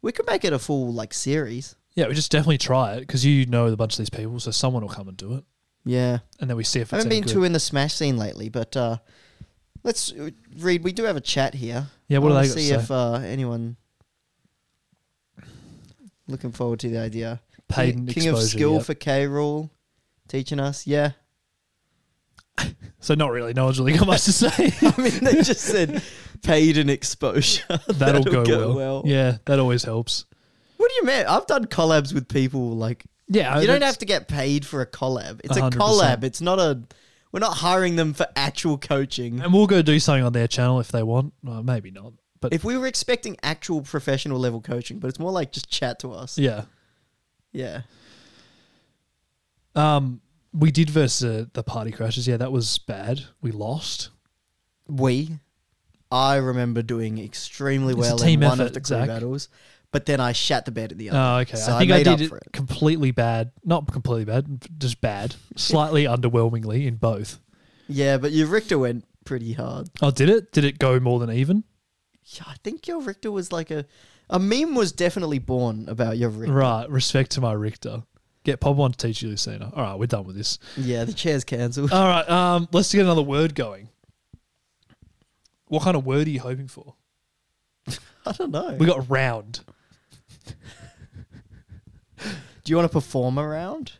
[SPEAKER 2] We could make it a full like series.
[SPEAKER 3] Yeah, we just definitely try it because you know a bunch of these people, so someone will come and do it,
[SPEAKER 2] Yeah,
[SPEAKER 3] and then we see if it's
[SPEAKER 2] I haven't
[SPEAKER 3] any
[SPEAKER 2] been
[SPEAKER 3] good.
[SPEAKER 2] too in the smash scene lately, but uh let's uh, read. We do have a chat here.
[SPEAKER 3] Yeah, what
[SPEAKER 2] I wanna
[SPEAKER 3] do they got to
[SPEAKER 2] See
[SPEAKER 3] say?
[SPEAKER 2] if uh, anyone looking forward to the idea.
[SPEAKER 3] Paid
[SPEAKER 2] King of
[SPEAKER 3] exposure,
[SPEAKER 2] skill
[SPEAKER 3] yep.
[SPEAKER 2] for K rule, teaching us. Yeah,
[SPEAKER 3] So not really. No one's really got much to say.
[SPEAKER 2] I mean, they just said paid and exposure.
[SPEAKER 3] That'll, go, well. Yeah, that always helps.
[SPEAKER 2] What do you mean? I've done collabs with people like
[SPEAKER 3] Yeah,
[SPEAKER 2] you don't
[SPEAKER 3] Oh, that's-
[SPEAKER 2] have to get paid for a collab. It's a
[SPEAKER 3] 100%.
[SPEAKER 2] collab. It's not a. We're not hiring them for actual coaching.
[SPEAKER 3] And we'll go do something on their channel if they want. Well, maybe not. But
[SPEAKER 2] If we were expecting actual professional level coaching, but it's more like just chat to us.
[SPEAKER 3] yeah.
[SPEAKER 2] Yeah.
[SPEAKER 3] Um, we did versus uh, the party crashes. Yeah, that was bad. We lost.
[SPEAKER 2] We, I remember doing extremely
[SPEAKER 3] It's a
[SPEAKER 2] well
[SPEAKER 3] team
[SPEAKER 2] in one
[SPEAKER 3] effort,
[SPEAKER 2] of the crew
[SPEAKER 3] Zach.
[SPEAKER 2] battles, but then I shat the bed at the other.
[SPEAKER 3] Oh, okay.
[SPEAKER 2] So
[SPEAKER 3] I think I,
[SPEAKER 2] made
[SPEAKER 3] did
[SPEAKER 2] up for it.
[SPEAKER 3] completely bad. Not completely bad, just bad. Slightly underwhelmingly in both.
[SPEAKER 2] Yeah, but your Richter went pretty hard.
[SPEAKER 3] Oh, did it? Did it go more than even?
[SPEAKER 2] Yeah, I think your Richter was like a. A meme was definitely born about your Richter.
[SPEAKER 3] Right. Respect to my Richter. Get Pop One to teach you Lucina. All right, we're done with this.
[SPEAKER 2] Yeah, the chair's cancelled.
[SPEAKER 3] All right. Um, let's get another word going. What kind of word are you hoping for?
[SPEAKER 2] I don't know.
[SPEAKER 3] We got round.
[SPEAKER 2] Do you want to perform around?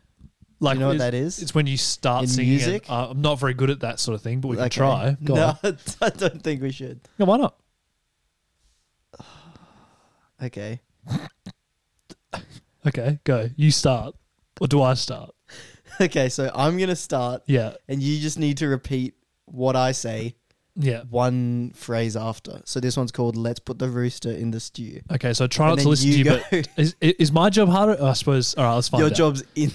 [SPEAKER 3] Like
[SPEAKER 2] you know what
[SPEAKER 3] it's-
[SPEAKER 2] that is?
[SPEAKER 3] It's when you start
[SPEAKER 2] In
[SPEAKER 3] singing.
[SPEAKER 2] music?
[SPEAKER 3] it. Uh, I'm not very good at that sort of thing, but we
[SPEAKER 2] Okay.
[SPEAKER 3] can try. Go
[SPEAKER 2] no,
[SPEAKER 3] on.
[SPEAKER 2] I don't think we should.
[SPEAKER 3] Yeah, why not?
[SPEAKER 2] Okay.
[SPEAKER 3] Okay, go. You start, or do I start?
[SPEAKER 2] Okay, so I'm going to start,
[SPEAKER 3] Yeah,
[SPEAKER 2] and you just need to repeat what I say
[SPEAKER 3] yeah.
[SPEAKER 2] one phrase after. So this one's called Let's Put the Rooster in the Stew.
[SPEAKER 3] Okay, so
[SPEAKER 2] And
[SPEAKER 3] try not to
[SPEAKER 2] then
[SPEAKER 3] listen to
[SPEAKER 2] you
[SPEAKER 3] you,
[SPEAKER 2] go.
[SPEAKER 3] but is, i- is my job harder? I suppose. All right, let's find
[SPEAKER 2] Your
[SPEAKER 3] out.
[SPEAKER 2] job's in.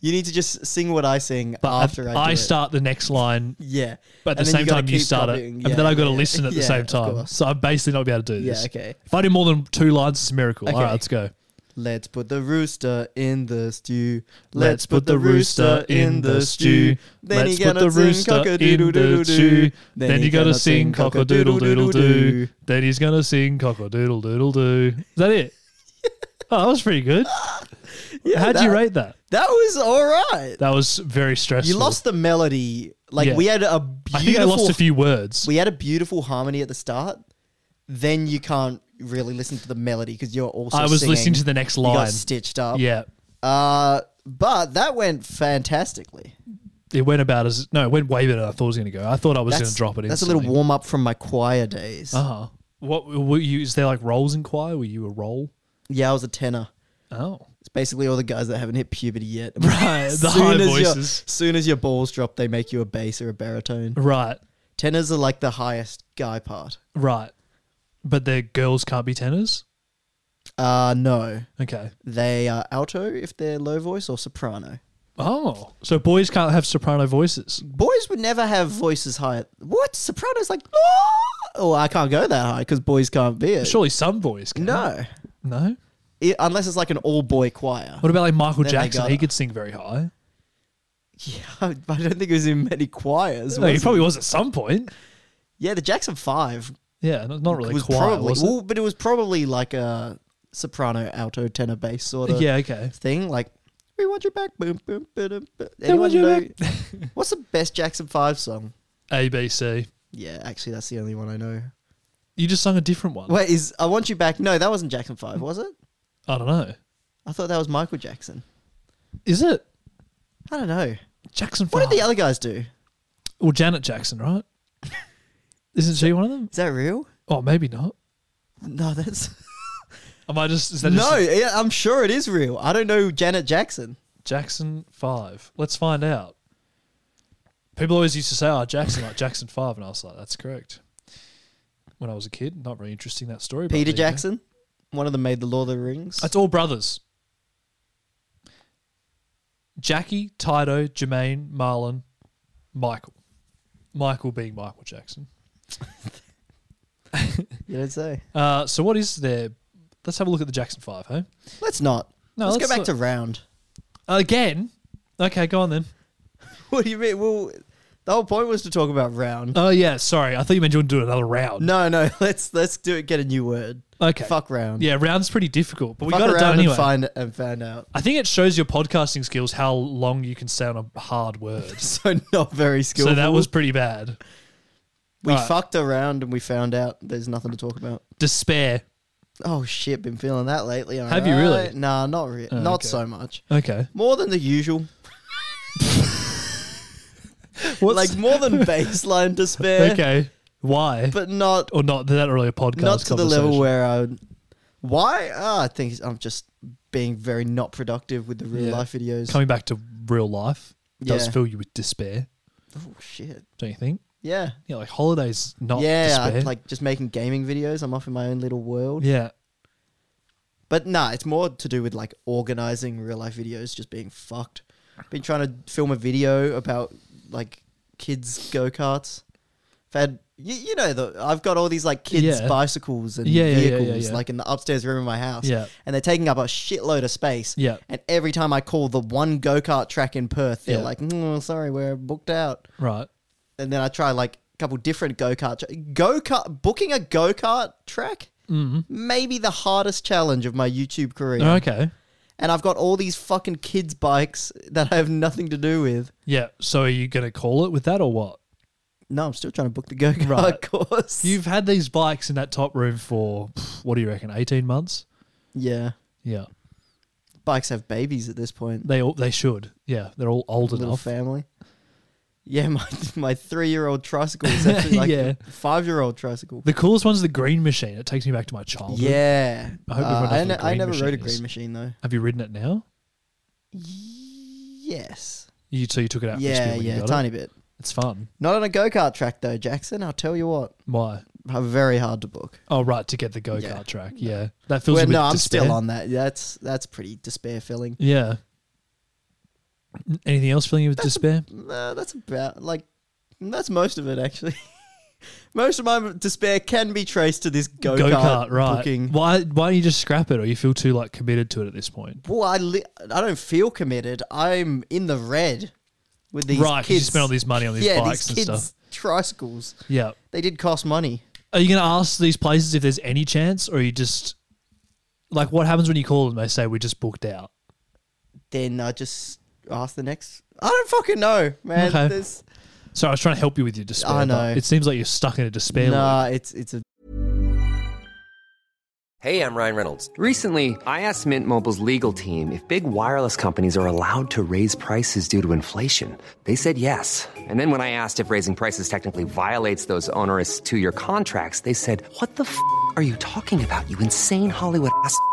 [SPEAKER 2] You need to just sing what I sing
[SPEAKER 3] But
[SPEAKER 2] after I, do
[SPEAKER 3] I,
[SPEAKER 2] it.
[SPEAKER 3] start the next line,
[SPEAKER 2] Yeah.
[SPEAKER 3] but at the
[SPEAKER 2] And then
[SPEAKER 3] same
[SPEAKER 2] gotta
[SPEAKER 3] time you
[SPEAKER 2] keep
[SPEAKER 3] start it,
[SPEAKER 2] copying.
[SPEAKER 3] and
[SPEAKER 2] Yeah,
[SPEAKER 3] then I've got to
[SPEAKER 2] yeah,
[SPEAKER 3] listen at the
[SPEAKER 2] yeah,
[SPEAKER 3] same
[SPEAKER 2] of
[SPEAKER 3] time.
[SPEAKER 2] course.
[SPEAKER 3] So I'm basically not be able to do
[SPEAKER 2] Yeah,
[SPEAKER 3] this.
[SPEAKER 2] okay.
[SPEAKER 3] If I do more than two lines, it's a miracle. All right,
[SPEAKER 2] Okay.
[SPEAKER 3] let's go.
[SPEAKER 2] Let's put the rooster in the stew.
[SPEAKER 3] Let's put the rooster in the stew.
[SPEAKER 2] Then
[SPEAKER 3] Let's
[SPEAKER 2] you
[SPEAKER 3] put
[SPEAKER 2] gotta
[SPEAKER 3] the rooster
[SPEAKER 2] sing
[SPEAKER 3] in the stew.
[SPEAKER 2] cock-a-doodle-doo-doo-doo.
[SPEAKER 3] Then you gotta sing cock a doodle doodle doo.
[SPEAKER 2] cock-a-doodle-doo-doo-doo.
[SPEAKER 3] Then he's gonna sing cock a doodle doodle doo. Is that it? Oh, that was pretty good. How'd you
[SPEAKER 2] that-
[SPEAKER 3] rate that?
[SPEAKER 2] That was all right.
[SPEAKER 3] That was very stressful.
[SPEAKER 2] You lost the melody. Like
[SPEAKER 3] Yeah.
[SPEAKER 2] we had a beautiful.
[SPEAKER 3] I think I lost a few words.
[SPEAKER 2] We had a beautiful harmony at the start. Then you can't really listen to the melody because you're also.
[SPEAKER 3] I was
[SPEAKER 2] singing.
[SPEAKER 3] listening to the next
[SPEAKER 2] You
[SPEAKER 3] line.
[SPEAKER 2] got stitched up.
[SPEAKER 3] Yeah,
[SPEAKER 2] Uh, but that went fantastically.
[SPEAKER 3] it went about as no, it went way better than I thought it was going to go. I thought I was going to drop it.
[SPEAKER 2] That's a little
[SPEAKER 3] instantly.
[SPEAKER 2] warm up from my choir days.
[SPEAKER 3] Uh huh. What were you? Is there like roles in choir? Were you a role?
[SPEAKER 2] Yeah, I was a tenor.
[SPEAKER 3] Oh,
[SPEAKER 2] It's basically all the guys that haven't hit puberty yet.
[SPEAKER 3] Right, the high voices.
[SPEAKER 2] As soon as your balls drop, they make you a bass or a baritone.
[SPEAKER 3] right,
[SPEAKER 2] Tenors are like the highest guy part.
[SPEAKER 3] right. But the girls can't be tenors.
[SPEAKER 2] Uh, no.
[SPEAKER 3] Okay.
[SPEAKER 2] They are alto if they're low voice or soprano.
[SPEAKER 3] Oh, so boys can't have soprano voices.
[SPEAKER 2] Boys would never have voices higher. What? Soprano's like, "Ah!" oh, I can't go that high because boys can't be it.
[SPEAKER 3] Surely some boys can.
[SPEAKER 2] No.
[SPEAKER 3] No.
[SPEAKER 2] I unless it's like an all boy choir.
[SPEAKER 3] What about like Michael
[SPEAKER 2] Then they
[SPEAKER 3] Jackson?
[SPEAKER 2] gotta-
[SPEAKER 3] He could sing very high.
[SPEAKER 2] Yeah, I don't think it was in many choirs.
[SPEAKER 3] No,
[SPEAKER 2] was
[SPEAKER 3] he
[SPEAKER 2] it?
[SPEAKER 3] probably was at some point.
[SPEAKER 2] yeah, the Jackson 5
[SPEAKER 3] Yeah, not, not really
[SPEAKER 2] was
[SPEAKER 3] choir,
[SPEAKER 2] probably,
[SPEAKER 3] was it?
[SPEAKER 2] well, but it was probably like a soprano, alto, tenor, bass sort of
[SPEAKER 3] Yeah. Okay.
[SPEAKER 2] thing. Like, we want you back, boom, boom, boom, boom.
[SPEAKER 3] want
[SPEAKER 2] Anyone
[SPEAKER 3] you
[SPEAKER 2] know? What's the best Jackson 5 song?
[SPEAKER 3] A B C.
[SPEAKER 2] Yeah, actually, that's the only one I know.
[SPEAKER 3] You just sung a different one.
[SPEAKER 2] Wait, is I Want You Back? No, that wasn't Jackson 5, was it?
[SPEAKER 3] I don't know.
[SPEAKER 2] I thought that was Michael Jackson.
[SPEAKER 3] Is it
[SPEAKER 2] I don't know.
[SPEAKER 3] Jackson?
[SPEAKER 2] What
[SPEAKER 3] Five?
[SPEAKER 2] did the other guys do?
[SPEAKER 3] Well, Janet Jackson, right? Isn't she one of them?
[SPEAKER 2] Is that real?
[SPEAKER 3] Oh, maybe not.
[SPEAKER 2] No, that's.
[SPEAKER 3] Am I just? Is that
[SPEAKER 2] No,
[SPEAKER 3] just
[SPEAKER 2] yeah, I'm sure it is real. I don't know Janet Jackson.
[SPEAKER 3] Jackson Five? Let's find out. People always used to say, "Oh, Jackson, like Jackson 5. and I was like, "That's correct." When I was a kid, not very interesting that story. but
[SPEAKER 2] Peter
[SPEAKER 3] there you go.
[SPEAKER 2] Jackson? One of them made The Lord of the Rings.
[SPEAKER 3] It's all brothers. Jackie, Tito, Jermaine, Marlon, Michael. Michael being Michael Jackson.
[SPEAKER 2] You don't say.
[SPEAKER 3] Uh, so what is there? Let's have a look at the Jackson Five, hey?
[SPEAKER 2] Let's not.
[SPEAKER 3] No,
[SPEAKER 2] let's,
[SPEAKER 3] let's
[SPEAKER 2] go back
[SPEAKER 3] not.
[SPEAKER 2] to round.
[SPEAKER 3] Again? Okay, go on then.
[SPEAKER 2] What do you mean? Well, the whole point was to talk about round.
[SPEAKER 3] Oh yeah, sorry. I thought you meant you wanted to do another round.
[SPEAKER 2] no, no. Let's let's do it. Get a new word.
[SPEAKER 3] Okay.
[SPEAKER 2] Fuck round.
[SPEAKER 3] Yeah, round's pretty difficult, but we
[SPEAKER 2] Fuck
[SPEAKER 3] got it
[SPEAKER 2] around
[SPEAKER 3] done anyway.
[SPEAKER 2] and find and find out.
[SPEAKER 3] I think it shows your podcasting skills how long you can say on a hard word.
[SPEAKER 2] So not very skillful.
[SPEAKER 3] so that was pretty bad.
[SPEAKER 2] we
[SPEAKER 3] Alright.
[SPEAKER 2] fucked around and we found out there's nothing to talk about.
[SPEAKER 3] Despair.
[SPEAKER 2] Oh shit! Been feeling that lately.
[SPEAKER 3] Have you really? Oh,
[SPEAKER 2] alright? Nah, not really. not
[SPEAKER 3] okay.
[SPEAKER 2] so much.
[SPEAKER 3] Okay.
[SPEAKER 2] More than the usual.
[SPEAKER 3] What's,
[SPEAKER 2] like more than baseline despair,
[SPEAKER 3] okay, why?
[SPEAKER 2] but not
[SPEAKER 3] or not? They're not really a podcast.
[SPEAKER 2] not to the level
[SPEAKER 3] conversation.
[SPEAKER 2] where I. would- Why? Ah, I think I'm just being very not productive with the real
[SPEAKER 3] Yeah.
[SPEAKER 2] life videos.
[SPEAKER 3] coming back to real life does
[SPEAKER 2] Yeah.
[SPEAKER 3] fill you with despair.
[SPEAKER 2] oh shit!
[SPEAKER 3] Don't you think?
[SPEAKER 2] Yeah,
[SPEAKER 3] Yeah, like holidays, not
[SPEAKER 2] yeah. I,
[SPEAKER 3] despair.
[SPEAKER 2] like just making gaming videos. I'm off in my own little world.
[SPEAKER 3] yeah,
[SPEAKER 2] But nah, it's more to do with like organizing real life videos just being fucked. Been trying to film a video about like kids go karts. I've had you, you know the I've got all these like kids
[SPEAKER 3] Yeah.
[SPEAKER 2] bicycles and
[SPEAKER 3] Yeah, yeah, yeah, yeah,
[SPEAKER 2] vehicles
[SPEAKER 3] yeah.
[SPEAKER 2] like in the upstairs room of my house.
[SPEAKER 3] Yeah.
[SPEAKER 2] And they're taking up a shitload of space.
[SPEAKER 3] Yeah.
[SPEAKER 2] And every time I call the one go kart track in Perth, they're
[SPEAKER 3] Yeah.
[SPEAKER 2] like, mm, sorry, we're booked out.
[SPEAKER 3] right.
[SPEAKER 2] And then I try like a couple different go kart tra- go kart booking a go kart track. Maybe the hardest challenge of my YouTube career
[SPEAKER 3] Oh, Mm-hmm. okay.
[SPEAKER 2] and I've got all these fucking kids' bikes that I have nothing to do with.
[SPEAKER 3] Yeah. So are you going to call it with that or what?
[SPEAKER 2] No, I'm still trying to book the go kart
[SPEAKER 3] Right.
[SPEAKER 2] course.
[SPEAKER 3] You've had these bikes in that top room for pff, what do you reckon? Eighteen months.
[SPEAKER 2] yeah,
[SPEAKER 3] Yeah,
[SPEAKER 2] bikes have babies at this point.
[SPEAKER 3] they all they should. Yeah, they're all old
[SPEAKER 2] Little
[SPEAKER 3] enough.
[SPEAKER 2] family. Yeah, my my three year old tricycle is actually like
[SPEAKER 3] Yeah.
[SPEAKER 2] a five year old tricycle.
[SPEAKER 3] The coolest one's the green machine. It takes me back to my childhood.
[SPEAKER 2] yeah,
[SPEAKER 3] I hope everyone
[SPEAKER 2] Uh,
[SPEAKER 3] knows
[SPEAKER 2] I,
[SPEAKER 3] what
[SPEAKER 2] ne-
[SPEAKER 3] a
[SPEAKER 2] I
[SPEAKER 3] green
[SPEAKER 2] never rode a
[SPEAKER 3] machine is.
[SPEAKER 2] green machine though.
[SPEAKER 3] Have you ridden it now?
[SPEAKER 2] Yes.
[SPEAKER 3] You so you took it out. for a
[SPEAKER 2] Yeah,
[SPEAKER 3] spin when you
[SPEAKER 2] yeah,
[SPEAKER 3] got
[SPEAKER 2] tiny
[SPEAKER 3] It.
[SPEAKER 2] bit.
[SPEAKER 3] It's fun.
[SPEAKER 2] Not on a go kart track though, Jackson. I'll tell you what,
[SPEAKER 3] Why?
[SPEAKER 2] I'm very hard to book.
[SPEAKER 3] Oh, right, to get the go kart
[SPEAKER 2] Yeah.
[SPEAKER 3] track. Yeah, that feels.
[SPEAKER 2] Well,
[SPEAKER 3] you with
[SPEAKER 2] no, I'm
[SPEAKER 3] despair.
[SPEAKER 2] still on that. That's that's pretty despair filling.
[SPEAKER 3] Yeah. N- Anything else filling you with despair?
[SPEAKER 2] No, that's about like that's most of it actually. most of my despair can be traced to this go
[SPEAKER 3] Go kart,
[SPEAKER 2] kart
[SPEAKER 3] right?
[SPEAKER 2] booking.
[SPEAKER 3] Why? Why don't you just scrap it, or you feel too like committed to it at this point?
[SPEAKER 2] Well, I li- I don't feel committed. I'm in the red with these
[SPEAKER 3] Right, 'cause you
[SPEAKER 2] kids.
[SPEAKER 3] spent all this money on these
[SPEAKER 2] yeah,
[SPEAKER 3] bikes and
[SPEAKER 2] these kids
[SPEAKER 3] stuff.
[SPEAKER 2] Tricycles.
[SPEAKER 3] Yeah.
[SPEAKER 2] They did cost money.
[SPEAKER 3] Are you going to ask these places if there's any chance, or you just like what happens when you call them? They say we just booked out.
[SPEAKER 2] Then I just asked the next. I don't fucking know, man.
[SPEAKER 3] Okay.
[SPEAKER 2] There's,
[SPEAKER 3] So I was trying to help you with your despair.
[SPEAKER 2] I
[SPEAKER 3] but
[SPEAKER 2] know.
[SPEAKER 3] It seems like you're stuck in a despair. loop.
[SPEAKER 2] nah, it's it's a
[SPEAKER 4] Hey, I'm Ryan Reynolds. Recently, I asked Mint Mobile's legal team if big wireless companies are allowed to raise prices due to inflation. They said yes. And then when I asked if raising prices technically violates those onerous two year contracts, they said, What the f are you talking about, you insane Hollywood ass? f-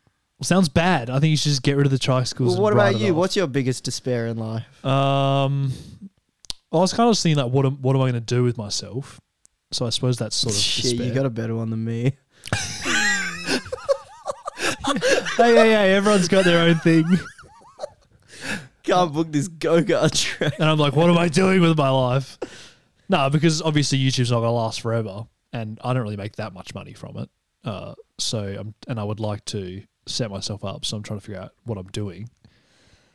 [SPEAKER 3] Well, sounds bad. I think you should just get rid of the tricycles.
[SPEAKER 2] Well, what
[SPEAKER 3] and write
[SPEAKER 2] about
[SPEAKER 3] it
[SPEAKER 2] you?
[SPEAKER 3] off.
[SPEAKER 2] What's your biggest despair in life?
[SPEAKER 3] Um, I was kind of just thinking like, what am, what am I going to do with myself? So I suppose that's sort of
[SPEAKER 2] Shit,
[SPEAKER 3] despair.
[SPEAKER 2] you got a better one than me.
[SPEAKER 3] hey, hey, hey! Everyone's got their own thing,
[SPEAKER 2] Can't book this go kart track.
[SPEAKER 3] and I'm like, what am I doing with my life? No, because obviously YouTube's not going to last forever, and I don't really make that much money from it. Uh, so I'm, and I would like to set myself up. So I'm trying to figure out what I'm doing,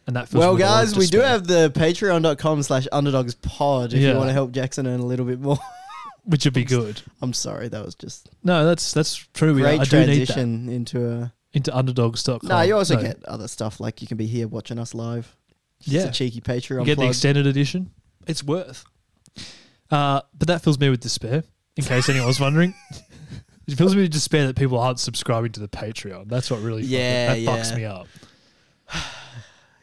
[SPEAKER 3] and that. Feels
[SPEAKER 2] Well, guys, we do have the patreon.com slash underdogs pod if
[SPEAKER 3] Yeah.
[SPEAKER 2] you want to help Jackson earn a little bit more.
[SPEAKER 3] which would be good.
[SPEAKER 2] I'm sorry, that was just
[SPEAKER 3] No, that's that's true. We-
[SPEAKER 2] great
[SPEAKER 3] Oh, I do need that
[SPEAKER 2] transition into a.
[SPEAKER 3] into underdogs.com.
[SPEAKER 2] No, you also
[SPEAKER 3] No,
[SPEAKER 2] get other stuff like you can be here watching us live. Just
[SPEAKER 3] yeah.
[SPEAKER 2] a cheeky Patreon
[SPEAKER 3] You get the
[SPEAKER 2] plug.
[SPEAKER 3] extended edition. It's worth. Uh, but that fills me with despair, in case anyone was wondering. It fills me with despair that people aren't subscribing to the Patreon. That's what really
[SPEAKER 2] Yeah,
[SPEAKER 3] fucking, that fucks
[SPEAKER 2] yeah.
[SPEAKER 3] me up.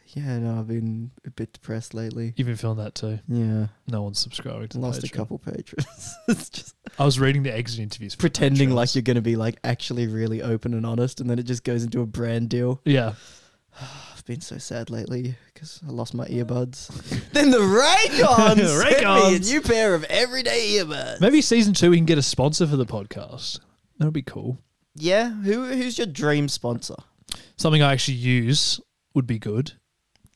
[SPEAKER 2] yeah, no, I've been a bit depressed lately.
[SPEAKER 3] You've been feeling that too.
[SPEAKER 2] Yeah,
[SPEAKER 3] No one's subscribing to the
[SPEAKER 2] lost a
[SPEAKER 3] Patreon.
[SPEAKER 2] couple patrons. it's just
[SPEAKER 3] I was reading the exit interviews. for
[SPEAKER 2] pretending
[SPEAKER 3] Patreons.
[SPEAKER 2] like you're going to be like actually really open and honest, and then it just goes into a brand deal.
[SPEAKER 3] Yeah.
[SPEAKER 2] I've been so sad lately because I lost my earbuds. then the Raycons, sent me a
[SPEAKER 3] Raycons.
[SPEAKER 2] new pair of everyday earbuds.
[SPEAKER 3] Maybe season two we can get a sponsor for the podcast. That'll be cool.
[SPEAKER 2] Yeah, who who's your dream sponsor?
[SPEAKER 3] Something I actually use would be good.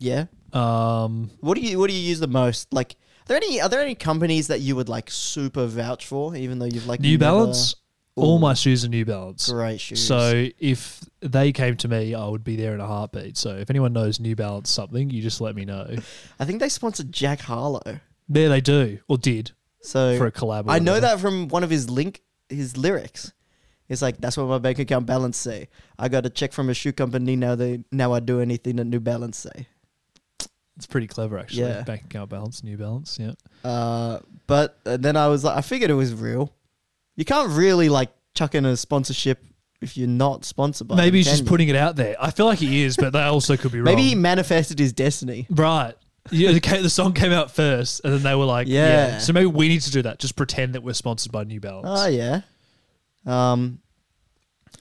[SPEAKER 2] Yeah,
[SPEAKER 3] Um,
[SPEAKER 2] What do you What do you use the most? Like, are there any Are there any companies that you would like super vouch for, even though you've like
[SPEAKER 3] New
[SPEAKER 2] never-
[SPEAKER 3] Balance. All my shoes are New Balance.
[SPEAKER 2] Great shoes.
[SPEAKER 3] So if they came to me, I would be there in a heartbeat. So if anyone knows New Balance something, you just let me know.
[SPEAKER 2] I think they sponsored Jack Harlow.
[SPEAKER 3] there they do, or did.
[SPEAKER 2] So
[SPEAKER 3] For a collab or
[SPEAKER 2] I know
[SPEAKER 3] whatever.
[SPEAKER 2] that from one of his link his lyrics. It's like that's what my bank account balance say. I got a check from a shoe company. Now they now I do anything that New Balance say.
[SPEAKER 3] It's pretty clever, actually.
[SPEAKER 2] Yeah.
[SPEAKER 3] Bank account balance, New Balance. Yeah.
[SPEAKER 2] Uh, but uh, then I was like, I figured it was real. You can't really like chuck in a sponsorship if you're not sponsored by. them,
[SPEAKER 3] Maybe he's
[SPEAKER 2] can
[SPEAKER 3] just
[SPEAKER 2] you?
[SPEAKER 3] putting it out there. I feel like he is, but they also could be wrong.
[SPEAKER 2] Maybe he manifested his destiny.
[SPEAKER 3] Right. Yeah, the, ca- the song came out first, and then they were like, yeah.
[SPEAKER 2] Yeah.
[SPEAKER 3] So maybe we need to do that. Just pretend that we're sponsored by New Balance.
[SPEAKER 2] Oh yeah. Um.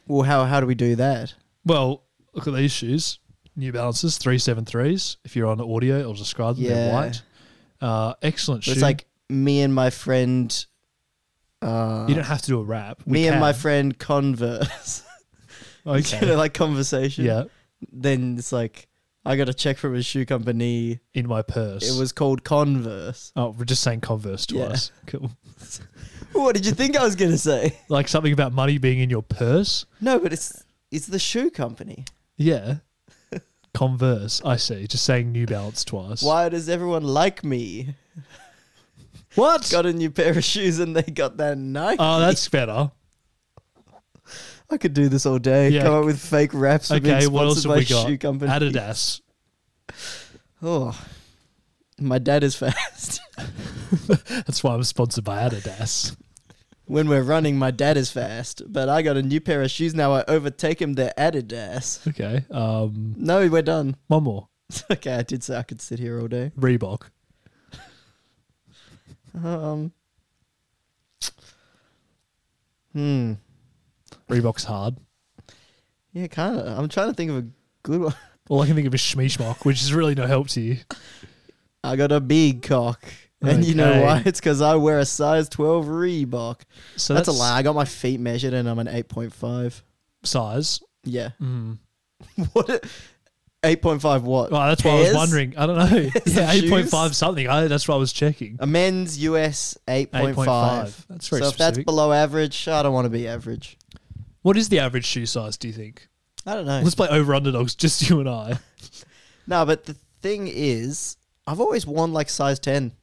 [SPEAKER 2] Well, how how do we do that?
[SPEAKER 3] Well, look at these shoes. New Balances, 373s. If you're on audio, it'll describe them. They're
[SPEAKER 2] Yeah.
[SPEAKER 3] white. Uh, excellent shoe.
[SPEAKER 2] It's like me and my friend,
[SPEAKER 3] you don't have to do a rap. We
[SPEAKER 2] me and
[SPEAKER 3] can.
[SPEAKER 2] my friend converse.
[SPEAKER 3] Okay.
[SPEAKER 2] You know, like conversation.
[SPEAKER 3] yeah.
[SPEAKER 2] Then it's like I got a check from a shoe company.
[SPEAKER 3] In my purse.
[SPEAKER 2] It was called Converse.
[SPEAKER 3] Oh, we're just saying Converse to
[SPEAKER 2] Yeah.
[SPEAKER 3] us. Cool.
[SPEAKER 2] What did you think I was gonna say?
[SPEAKER 3] Like something about money being in your purse.
[SPEAKER 2] No, but it's it's the shoe company.
[SPEAKER 3] Yeah. Converse. I see. Just saying New Balance twice.
[SPEAKER 2] Why does everyone like me?
[SPEAKER 3] What?
[SPEAKER 2] Got a new pair of shoes and they got that Nike.
[SPEAKER 3] Oh, that's better.
[SPEAKER 2] I could do this all day.
[SPEAKER 3] Yeah.
[SPEAKER 2] Come up with fake raps. For being
[SPEAKER 3] Okay,
[SPEAKER 2] sponsored
[SPEAKER 3] what else have
[SPEAKER 2] by
[SPEAKER 3] we got?
[SPEAKER 2] Shoe company.
[SPEAKER 3] Adidas.
[SPEAKER 2] Oh, my dad is fast.
[SPEAKER 3] That's why I'm sponsored by Adidas.
[SPEAKER 2] when we're running, my dad is fast. But I got a new pair of shoes now. I overtake him. They're Adidas.
[SPEAKER 3] Okay. Um,
[SPEAKER 2] No, we're done.
[SPEAKER 3] one more.
[SPEAKER 2] okay, I did say I could sit here all day.
[SPEAKER 3] Reebok.
[SPEAKER 2] Um,
[SPEAKER 3] Reebok's hard.
[SPEAKER 2] Hmm. yeah, kind of. I'm trying to think of a good one.
[SPEAKER 3] All I can think of is Schmishmock, which is really no help to you.
[SPEAKER 2] I got a big cock. And you know
[SPEAKER 3] Okay.
[SPEAKER 2] why? It's because I wear a size 12 Reebok.
[SPEAKER 3] So
[SPEAKER 2] that's, a lie. I got my feet measured and I'm an 8.5.
[SPEAKER 3] Size.
[SPEAKER 2] Yeah. what? a- 8.5 what?
[SPEAKER 3] Hmm. Well, that's why I was
[SPEAKER 2] Pairs?
[SPEAKER 3] wondering. I don't know. Yeah,
[SPEAKER 2] of shoes?
[SPEAKER 3] 8.5 something. I, that's what I was checking.
[SPEAKER 2] A men's US 8.5.
[SPEAKER 3] 8.5. That's very
[SPEAKER 2] So if that's
[SPEAKER 3] specific.
[SPEAKER 2] below average, I don't want to be average.
[SPEAKER 3] What is the average shoe size, do you think?
[SPEAKER 2] I don't know.
[SPEAKER 3] Let's play over underdogs, just you and I.
[SPEAKER 2] No, but the thing is, I've always worn like size 10.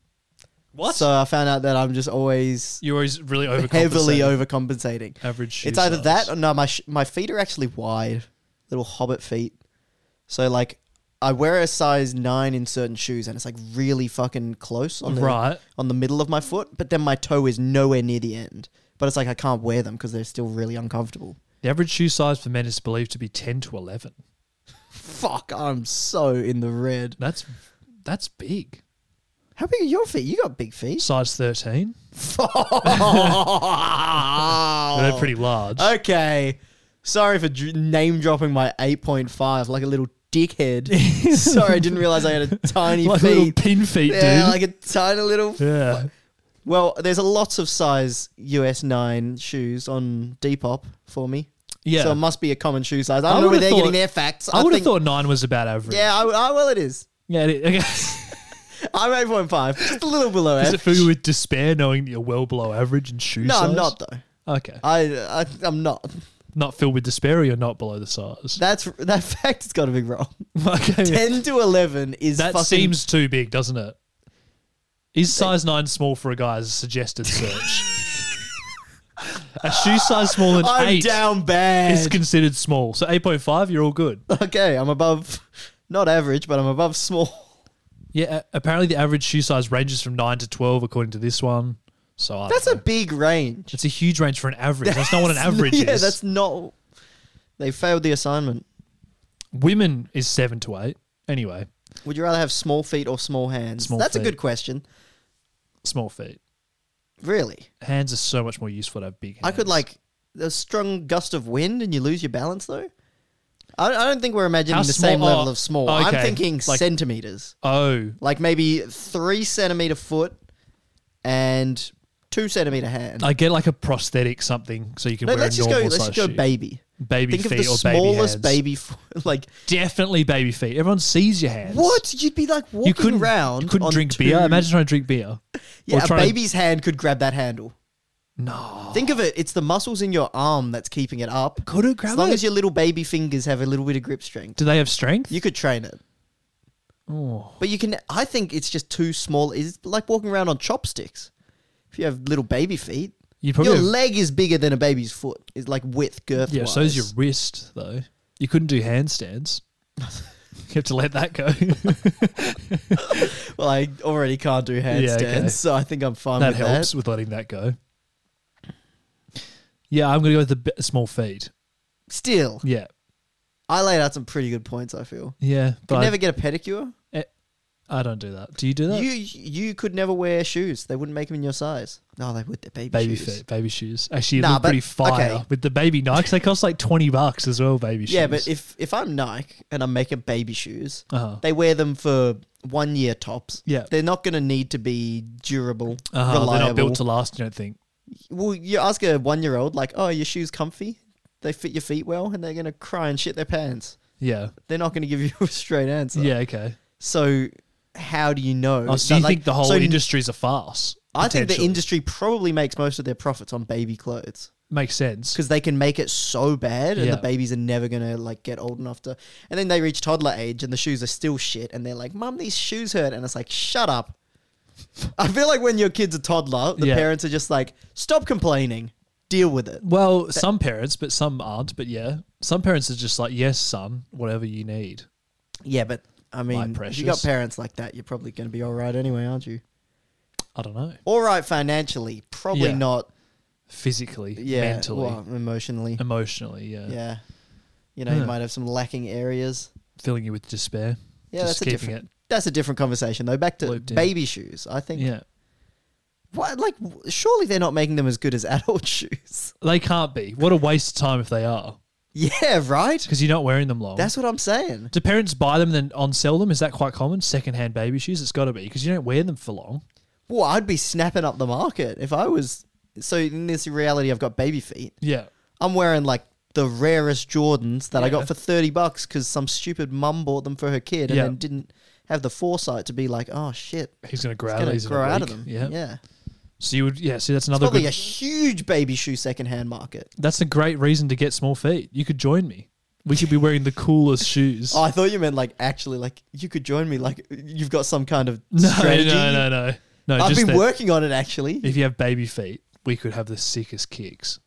[SPEAKER 3] What?
[SPEAKER 2] So I found out that I'm just always
[SPEAKER 3] You're always really overcompensating.
[SPEAKER 2] heavily overcompensating.
[SPEAKER 3] Average shoe
[SPEAKER 2] It's either
[SPEAKER 3] size.
[SPEAKER 2] that or no, my sh- my feet are actually wide, little hobbit feet. So like, I wear a size nine in certain shoes, and it's like really fucking close on the
[SPEAKER 3] Right.
[SPEAKER 2] on the middle of my foot, but then my toe is nowhere near the end. But it's like I can't wear them because they're still really uncomfortable.
[SPEAKER 3] The average shoe size for men is believed to be 10 to 11.
[SPEAKER 2] Fuck, I'm so in the red.
[SPEAKER 3] That's that's big.
[SPEAKER 2] How big are your feet? You got big feet.
[SPEAKER 3] Size 13.
[SPEAKER 2] Fuck.
[SPEAKER 3] They're pretty large.
[SPEAKER 2] Oh. Okay. Sorry for dr- name dropping my 8.5 like a little dickhead. Sorry, I didn't realize I had a tiny
[SPEAKER 3] like little
[SPEAKER 2] feet.
[SPEAKER 3] pin feet,
[SPEAKER 2] yeah,
[SPEAKER 3] dude.
[SPEAKER 2] like a tiny little.
[SPEAKER 3] yeah.
[SPEAKER 2] Well, there's a lots of size US 9 shoes on Depop for me.
[SPEAKER 3] Yeah.
[SPEAKER 2] So it must be a common shoe size. I don't
[SPEAKER 3] I
[SPEAKER 2] know where
[SPEAKER 3] would've
[SPEAKER 2] they're
[SPEAKER 3] thought-
[SPEAKER 2] getting their facts.
[SPEAKER 3] I would have
[SPEAKER 2] think-
[SPEAKER 3] thought nine was about average.
[SPEAKER 2] Yeah, I, I, well, it is.
[SPEAKER 3] Yeah. It, okay.
[SPEAKER 2] I'm 8.5. Just a little below
[SPEAKER 3] Does
[SPEAKER 2] average.
[SPEAKER 3] it fill you with despair knowing that you're well below average in shoe
[SPEAKER 2] no,
[SPEAKER 3] size?
[SPEAKER 2] I'm not, though.
[SPEAKER 3] Okay.
[SPEAKER 2] I, I, I'm not.
[SPEAKER 3] not filled with despair or you're not below the size.
[SPEAKER 2] That's That fact has got to be wrong.
[SPEAKER 3] okay.
[SPEAKER 2] 10 to 11 is
[SPEAKER 3] that
[SPEAKER 2] fucking
[SPEAKER 3] seems too big, doesn't it? Is size nine small for a guy as a suggested search? a shoe size smaller than
[SPEAKER 2] I'm
[SPEAKER 3] eight
[SPEAKER 2] down bad.
[SPEAKER 3] is considered small. So 8.5, you're all good.
[SPEAKER 2] okay, I'm above, not average, but I'm above small.
[SPEAKER 3] Yeah, a- apparently the average shoe size ranges from 9 to 12 according to this one. So I
[SPEAKER 2] That's
[SPEAKER 3] don't
[SPEAKER 2] a
[SPEAKER 3] know.
[SPEAKER 2] big range.
[SPEAKER 3] It's a huge range for an average. That's not what an average
[SPEAKER 2] yeah,
[SPEAKER 3] is.
[SPEAKER 2] that's not. They failed the assignment.
[SPEAKER 3] Women is 7 to 8. Anyway,
[SPEAKER 2] Would you rather have small feet or small hands?
[SPEAKER 3] Small
[SPEAKER 2] that's
[SPEAKER 3] feet.
[SPEAKER 2] a good question.
[SPEAKER 3] small feet.
[SPEAKER 2] Really,
[SPEAKER 3] Hands are so much more useful to have big hands.
[SPEAKER 2] I could like a strong gust of wind and you lose your balance though. I, I don't think we're imagining
[SPEAKER 3] How
[SPEAKER 2] the
[SPEAKER 3] small-
[SPEAKER 2] same level
[SPEAKER 3] oh,
[SPEAKER 2] of small.
[SPEAKER 3] okay,
[SPEAKER 2] I'm thinking
[SPEAKER 3] like-
[SPEAKER 2] centimeters,
[SPEAKER 3] Oh,
[SPEAKER 2] like maybe three centimeter foot and two centimeter hand.
[SPEAKER 3] I get like a prosthetic something so you can
[SPEAKER 2] no,
[SPEAKER 3] wear
[SPEAKER 2] let's
[SPEAKER 3] a
[SPEAKER 2] just go.
[SPEAKER 3] normal
[SPEAKER 2] Let's
[SPEAKER 3] size
[SPEAKER 2] just go
[SPEAKER 3] shoe.
[SPEAKER 2] baby.
[SPEAKER 3] baby
[SPEAKER 2] Think of
[SPEAKER 3] feet
[SPEAKER 2] the
[SPEAKER 3] or baby
[SPEAKER 2] smallest
[SPEAKER 3] hands.
[SPEAKER 2] baby, f- like
[SPEAKER 3] Definitely baby feet. Everyone sees your hands.
[SPEAKER 2] what? You'd be like walking
[SPEAKER 3] you couldn't
[SPEAKER 2] around.
[SPEAKER 3] You couldn't
[SPEAKER 2] on
[SPEAKER 3] drink
[SPEAKER 2] two-
[SPEAKER 3] beer. Imagine trying to drink beer. Or
[SPEAKER 2] yeah, a
[SPEAKER 3] trying to-
[SPEAKER 2] baby's hand could grab that handle. No. Think of it. It's the muscles in your arm that's keeping it up.
[SPEAKER 3] Could it
[SPEAKER 2] as
[SPEAKER 3] grab
[SPEAKER 2] long
[SPEAKER 3] it?
[SPEAKER 2] as your little baby fingers have a little bit of grip strength,
[SPEAKER 3] Do they have strength?
[SPEAKER 2] you could train it.
[SPEAKER 3] Oh.
[SPEAKER 2] But you can. I think it's just too small. It's like walking around on chopsticks. If you have little baby feet,
[SPEAKER 3] You'd probably
[SPEAKER 2] your
[SPEAKER 3] have-
[SPEAKER 2] leg is bigger than a baby's foot. It's like width, girth.
[SPEAKER 3] yeah, so is your wrist though. You couldn't do handstands. you have to let that go.
[SPEAKER 2] Well, I already can't do handstands,
[SPEAKER 3] okay.
[SPEAKER 2] so I think I'm fine
[SPEAKER 3] that
[SPEAKER 2] with
[SPEAKER 3] helps
[SPEAKER 2] that.
[SPEAKER 3] with letting that go. Yeah, I'm gonna go with the b- small feet.
[SPEAKER 2] Still,
[SPEAKER 3] Yeah,
[SPEAKER 2] I laid out some pretty good points. I feel
[SPEAKER 3] yeah,
[SPEAKER 2] could
[SPEAKER 3] but
[SPEAKER 2] never get a pedicure.
[SPEAKER 3] eh, I don't do that. Do you do that?
[SPEAKER 2] You you could never wear shoes. They wouldn't make them in your size. No, they would. They're baby,
[SPEAKER 3] baby
[SPEAKER 2] shoes.
[SPEAKER 3] feet, baby shoes. Actually, you
[SPEAKER 2] Nah,
[SPEAKER 3] look
[SPEAKER 2] but-
[SPEAKER 3] pretty fire
[SPEAKER 2] okay.
[SPEAKER 3] with the baby Nikes. They cost like twenty bucks as well. Baby shoes.
[SPEAKER 2] Yeah, but if if I'm Nike and I'm making baby shoes,
[SPEAKER 3] Uh-huh.
[SPEAKER 2] they wear them for one year tops.
[SPEAKER 3] Yeah.
[SPEAKER 2] they're not going to need to be durable,
[SPEAKER 3] uh, they're
[SPEAKER 2] reliable.
[SPEAKER 3] not built to last, you don't think?
[SPEAKER 2] well, you ask a one year old like, "Oh, are your shoes comfy? They fit your feet well," and they're going to cry and shit their pants.
[SPEAKER 3] Yeah,
[SPEAKER 2] They're not going to give you a straight answer.
[SPEAKER 3] yeah, okay.
[SPEAKER 2] So how do you know?
[SPEAKER 3] Oh, so you
[SPEAKER 2] Like-
[SPEAKER 3] think the whole
[SPEAKER 2] so
[SPEAKER 3] industry's a farce?
[SPEAKER 2] I think the
[SPEAKER 3] potentially.
[SPEAKER 2] industry probably makes most of their profits on baby clothes.
[SPEAKER 3] makes sense.
[SPEAKER 2] because they can make it so bad and
[SPEAKER 3] Yeah.
[SPEAKER 2] the babies are never gonna like get old enough to and then they reach toddler age and the shoes are still shit and they're like mum these shoes hurt and it's like shut up i feel like when your kid's a toddler the
[SPEAKER 3] Yeah.
[SPEAKER 2] parents are just like stop complaining deal with it
[SPEAKER 3] Well, some parents, but some aren't. But yeah, some parents are just like, yes, son, whatever you need.
[SPEAKER 2] yeah but i mean if you got
[SPEAKER 3] precious.
[SPEAKER 2] parents like that you're probably gonna be all right anyway aren't you
[SPEAKER 3] I don't know.
[SPEAKER 2] all right financially probably
[SPEAKER 3] Yeah.
[SPEAKER 2] not
[SPEAKER 3] Physically,
[SPEAKER 2] yeah
[SPEAKER 3] mentally,
[SPEAKER 2] well, emotionally
[SPEAKER 3] emotionally, yeah.
[SPEAKER 2] yeah you know you might have some lacking areas
[SPEAKER 3] Filling you with despair.
[SPEAKER 2] yeah
[SPEAKER 3] just
[SPEAKER 2] that's a
[SPEAKER 3] keeping
[SPEAKER 2] different that's a different conversation though back to
[SPEAKER 3] Looped in.
[SPEAKER 2] baby shoes i think
[SPEAKER 3] it. Yeah.
[SPEAKER 2] What, like, surely they're not making them as good as adult shoes.
[SPEAKER 3] They can't be. What a waste of time if they are.
[SPEAKER 2] Yeah, right?
[SPEAKER 3] Because you're not wearing them long.
[SPEAKER 2] That's what I'm saying.
[SPEAKER 3] Do parents buy them and then on sell them? Is that quite common? Secondhand baby shoes? It's got to be because you don't wear them for long.
[SPEAKER 2] Well, I'd be snapping up the market if I was. So, in this reality, I've got baby feet.
[SPEAKER 3] Yeah.
[SPEAKER 2] I'm wearing, like, the rarest Jordans that I got for 30 bucks because some stupid mum bought them for her kid and
[SPEAKER 3] Yeah.
[SPEAKER 2] then didn't have the foresight to be like, oh, shit.
[SPEAKER 3] He's going to grow,
[SPEAKER 2] Gonna
[SPEAKER 3] these in a
[SPEAKER 2] grow out of
[SPEAKER 3] week.
[SPEAKER 2] them.
[SPEAKER 3] Yeah.
[SPEAKER 2] yeah.
[SPEAKER 3] So you would, yeah, see, that's another
[SPEAKER 2] Probably
[SPEAKER 3] good,
[SPEAKER 2] a huge baby shoe secondhand market.
[SPEAKER 3] that's a great reason to get small feet. You could join me. We could be wearing the coolest shoes.
[SPEAKER 2] Oh, I thought you meant like actually, like you could join me. Like you've got some kind of
[SPEAKER 3] No,
[SPEAKER 2] strategy.
[SPEAKER 3] no, no, no, no.
[SPEAKER 2] I've
[SPEAKER 3] just
[SPEAKER 2] been
[SPEAKER 3] that
[SPEAKER 2] working on it actually.
[SPEAKER 3] If you have baby feet, we could have the sickest kicks.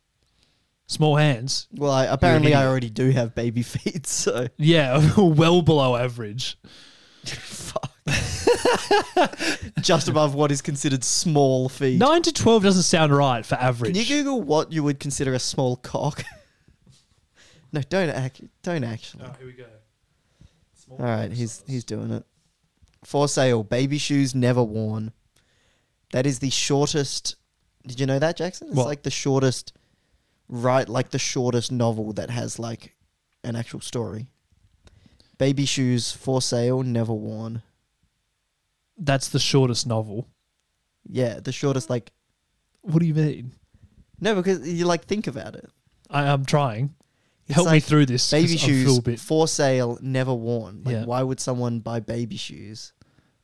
[SPEAKER 3] Small hands,
[SPEAKER 2] Well, I, apparently I
[SPEAKER 3] idiot.
[SPEAKER 2] already do have baby feet, so
[SPEAKER 3] yeah, well below average.
[SPEAKER 2] just above what is considered small feet.
[SPEAKER 3] Nine to twelve doesn't sound right for average.
[SPEAKER 2] Can you Google what you would consider a small cock? no, don't act. Don't actually.
[SPEAKER 3] Oh, here we go.
[SPEAKER 2] All right, he's he's doing it. For sale, baby shoes never worn. That is the shortest. Did you know that, Jackson? It's
[SPEAKER 3] What?
[SPEAKER 2] like the shortest, right? Like the shortest novel that has like an actual story. Baby shoes for sale, never worn.
[SPEAKER 3] That's the shortest novel.
[SPEAKER 2] Yeah, the shortest like
[SPEAKER 3] What do you mean?
[SPEAKER 2] No, because you like think about it.
[SPEAKER 3] I, I'm trying.
[SPEAKER 2] It's
[SPEAKER 3] Help me
[SPEAKER 2] like
[SPEAKER 3] through this. 'cause
[SPEAKER 2] Baby
[SPEAKER 3] I feel
[SPEAKER 2] shoes
[SPEAKER 3] a bit.
[SPEAKER 2] for sale, never worn. Like,
[SPEAKER 3] Yeah.
[SPEAKER 2] why would someone buy baby shoes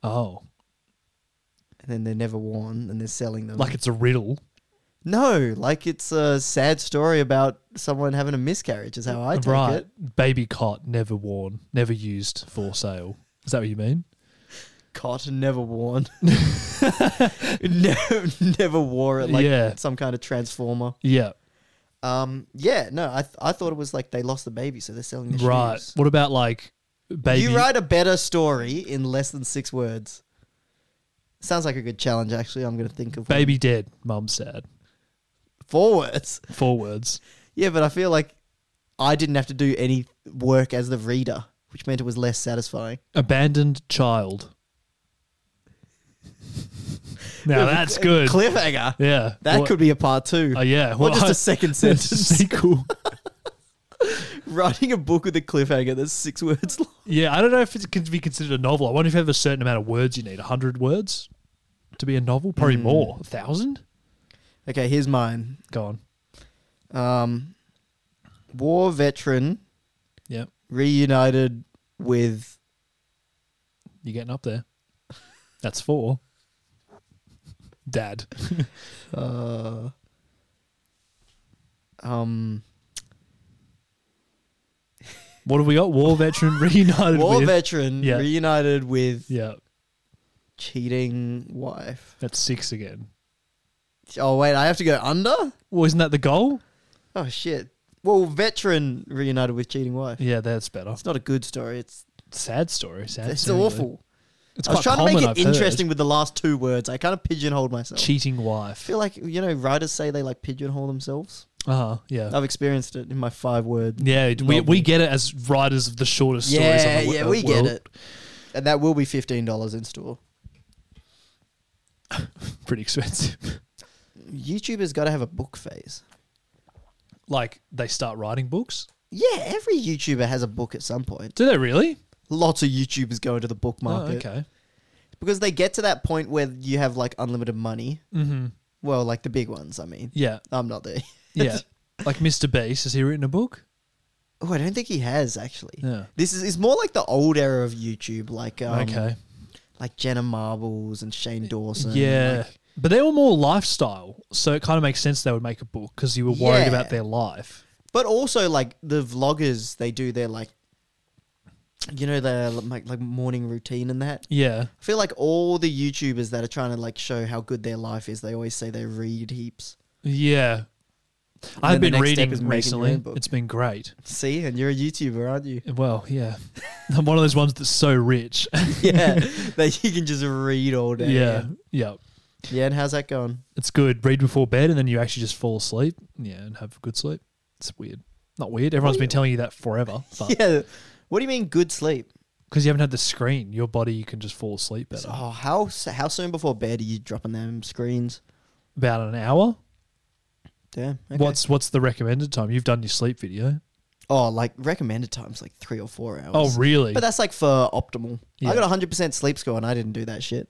[SPEAKER 3] Oh,
[SPEAKER 2] and then they're never worn and they're selling them?
[SPEAKER 3] like it's a riddle.
[SPEAKER 2] no, like it's a sad story about someone having a miscarriage. Is how I take
[SPEAKER 3] right,
[SPEAKER 2] it.
[SPEAKER 3] baby cot never worn, never used for sale. Is that what you mean?
[SPEAKER 2] Cot never worn. never, never wore it. Like
[SPEAKER 3] Yeah.
[SPEAKER 2] some kind of transformer.
[SPEAKER 3] Yeah.
[SPEAKER 2] Um, yeah, no, I th- I thought it was like they lost the baby, so they're selling the
[SPEAKER 3] Right.
[SPEAKER 2] shoes.
[SPEAKER 3] What about like baby?
[SPEAKER 2] You write a better story in less than six words. Sounds like a good challenge, actually. I'm going to think of one.
[SPEAKER 3] Baby dead, mum sad.
[SPEAKER 2] four words.
[SPEAKER 3] Four words.
[SPEAKER 2] Yeah, but I feel like I didn't have to do any work as the reader, which meant it was less satisfying.
[SPEAKER 3] Abandoned child. now that's good.
[SPEAKER 2] Cliffhanger.
[SPEAKER 3] yeah.
[SPEAKER 2] That
[SPEAKER 3] What-
[SPEAKER 2] could be a part two.
[SPEAKER 3] Oh, yeah.
[SPEAKER 2] Or just
[SPEAKER 3] a
[SPEAKER 2] a second sentence.
[SPEAKER 3] sequel.
[SPEAKER 2] Writing a book with a cliffhanger that's six words long.
[SPEAKER 3] yeah, I don't know if it can be considered a novel. I wonder if you have a certain amount of words you need. 100 words to be a novel? Probably more. A thousand?
[SPEAKER 2] Okay, here's mine.
[SPEAKER 3] Go on.
[SPEAKER 2] Um, war veteran
[SPEAKER 3] Yep.
[SPEAKER 2] reunited with
[SPEAKER 3] You're getting up there. That's four. Dad.
[SPEAKER 2] um
[SPEAKER 3] What have we got? War veteran reunited
[SPEAKER 2] war
[SPEAKER 3] with.
[SPEAKER 2] veteran
[SPEAKER 3] Yeah.
[SPEAKER 2] reunited with
[SPEAKER 3] yeah,
[SPEAKER 2] cheating wife.
[SPEAKER 3] that's six again.
[SPEAKER 2] Oh wait, I have to go under?
[SPEAKER 3] Well, isn't that the goal?
[SPEAKER 2] Oh shit. Well, veteran reunited with cheating wife.
[SPEAKER 3] Yeah, that's better.
[SPEAKER 2] It's not a good story. It's
[SPEAKER 3] Sad story. Sad.
[SPEAKER 2] it's
[SPEAKER 3] story.
[SPEAKER 2] awful.
[SPEAKER 3] It's
[SPEAKER 2] I was
[SPEAKER 3] quite
[SPEAKER 2] trying to make
[SPEAKER 3] common,
[SPEAKER 2] it
[SPEAKER 3] I've heard.
[SPEAKER 2] interesting with the last two words. I kind of pigeonholed myself.
[SPEAKER 3] Cheating
[SPEAKER 2] I
[SPEAKER 3] wife.
[SPEAKER 2] feel like you know writers say they like pigeonhole themselves.
[SPEAKER 3] Uh huh. Yeah.
[SPEAKER 2] I've experienced it in my five word.
[SPEAKER 3] yeah. We,
[SPEAKER 2] novel.
[SPEAKER 3] we get it as writers of the shortest stories.
[SPEAKER 2] yeah,
[SPEAKER 3] on the wo-
[SPEAKER 2] yeah,
[SPEAKER 3] uh,
[SPEAKER 2] we get
[SPEAKER 3] world.
[SPEAKER 2] it. And that will be fifteen dollars in store.
[SPEAKER 3] Pretty expensive.
[SPEAKER 2] YouTubers got to have a book phase.
[SPEAKER 3] like they start writing books.
[SPEAKER 2] Yeah, every YouTuber has a book at some point.
[SPEAKER 3] Do they really?
[SPEAKER 2] Lots of YouTubers go into the book
[SPEAKER 3] Oh,
[SPEAKER 2] market
[SPEAKER 3] okay.
[SPEAKER 2] because they get to that point where you have like unlimited money. Mm-hmm. Well, like the big ones. I mean,
[SPEAKER 3] Yeah.
[SPEAKER 2] I'm not there.
[SPEAKER 3] Yeah. like Mr. Beast, has he written a book?
[SPEAKER 2] Oh, I don't think he has actually.
[SPEAKER 3] Yeah.
[SPEAKER 2] This is it's more like the old era of YouTube, like um,
[SPEAKER 3] okay.
[SPEAKER 2] like Jenna Marbles and Shane Dawson.
[SPEAKER 3] Yeah.
[SPEAKER 2] uh, like-
[SPEAKER 3] but they were more lifestyle, so it kind of makes sense they would make a book because you were worried
[SPEAKER 2] Yeah.
[SPEAKER 3] about their life.
[SPEAKER 2] but also like the vloggers, they do their like, you know, their like, like morning routine and that.
[SPEAKER 3] Yeah.
[SPEAKER 2] I feel like all the YouTubers that are trying to like show how good their life is, they always say they read heaps.
[SPEAKER 3] Yeah.
[SPEAKER 2] then
[SPEAKER 3] I've
[SPEAKER 2] the
[SPEAKER 3] been
[SPEAKER 2] next step
[SPEAKER 3] reading
[SPEAKER 2] is making your
[SPEAKER 3] recently.
[SPEAKER 2] own book.
[SPEAKER 3] It's been great.
[SPEAKER 2] See, and you're a YouTuber, aren't you?
[SPEAKER 3] Well, yeah. I'm one of those ones that's so rich.
[SPEAKER 2] Yeah, that you can just read all day.
[SPEAKER 3] yeah. Yeah.
[SPEAKER 2] yeah. And how's that going?
[SPEAKER 3] It's good. Read before bed and then you actually just fall asleep. Yeah, and have a good sleep. It's weird. Not weird. Everyone's been telling you that forever. But
[SPEAKER 2] Yeah. What do you mean good sleep?
[SPEAKER 3] because you haven't had the screen, your body you can just fall asleep better.
[SPEAKER 2] Oh, how s- how soon before bed are you dropping them screens?
[SPEAKER 3] About an hour.
[SPEAKER 2] Damn. okay.
[SPEAKER 3] What's what's the recommended time? You've done your sleep video.
[SPEAKER 2] oh like recommended times like three or four hours.
[SPEAKER 3] Oh, really?
[SPEAKER 2] But that's like for optimal.
[SPEAKER 3] Yeah.
[SPEAKER 2] I got 100% sleep score and I didn't do that shit.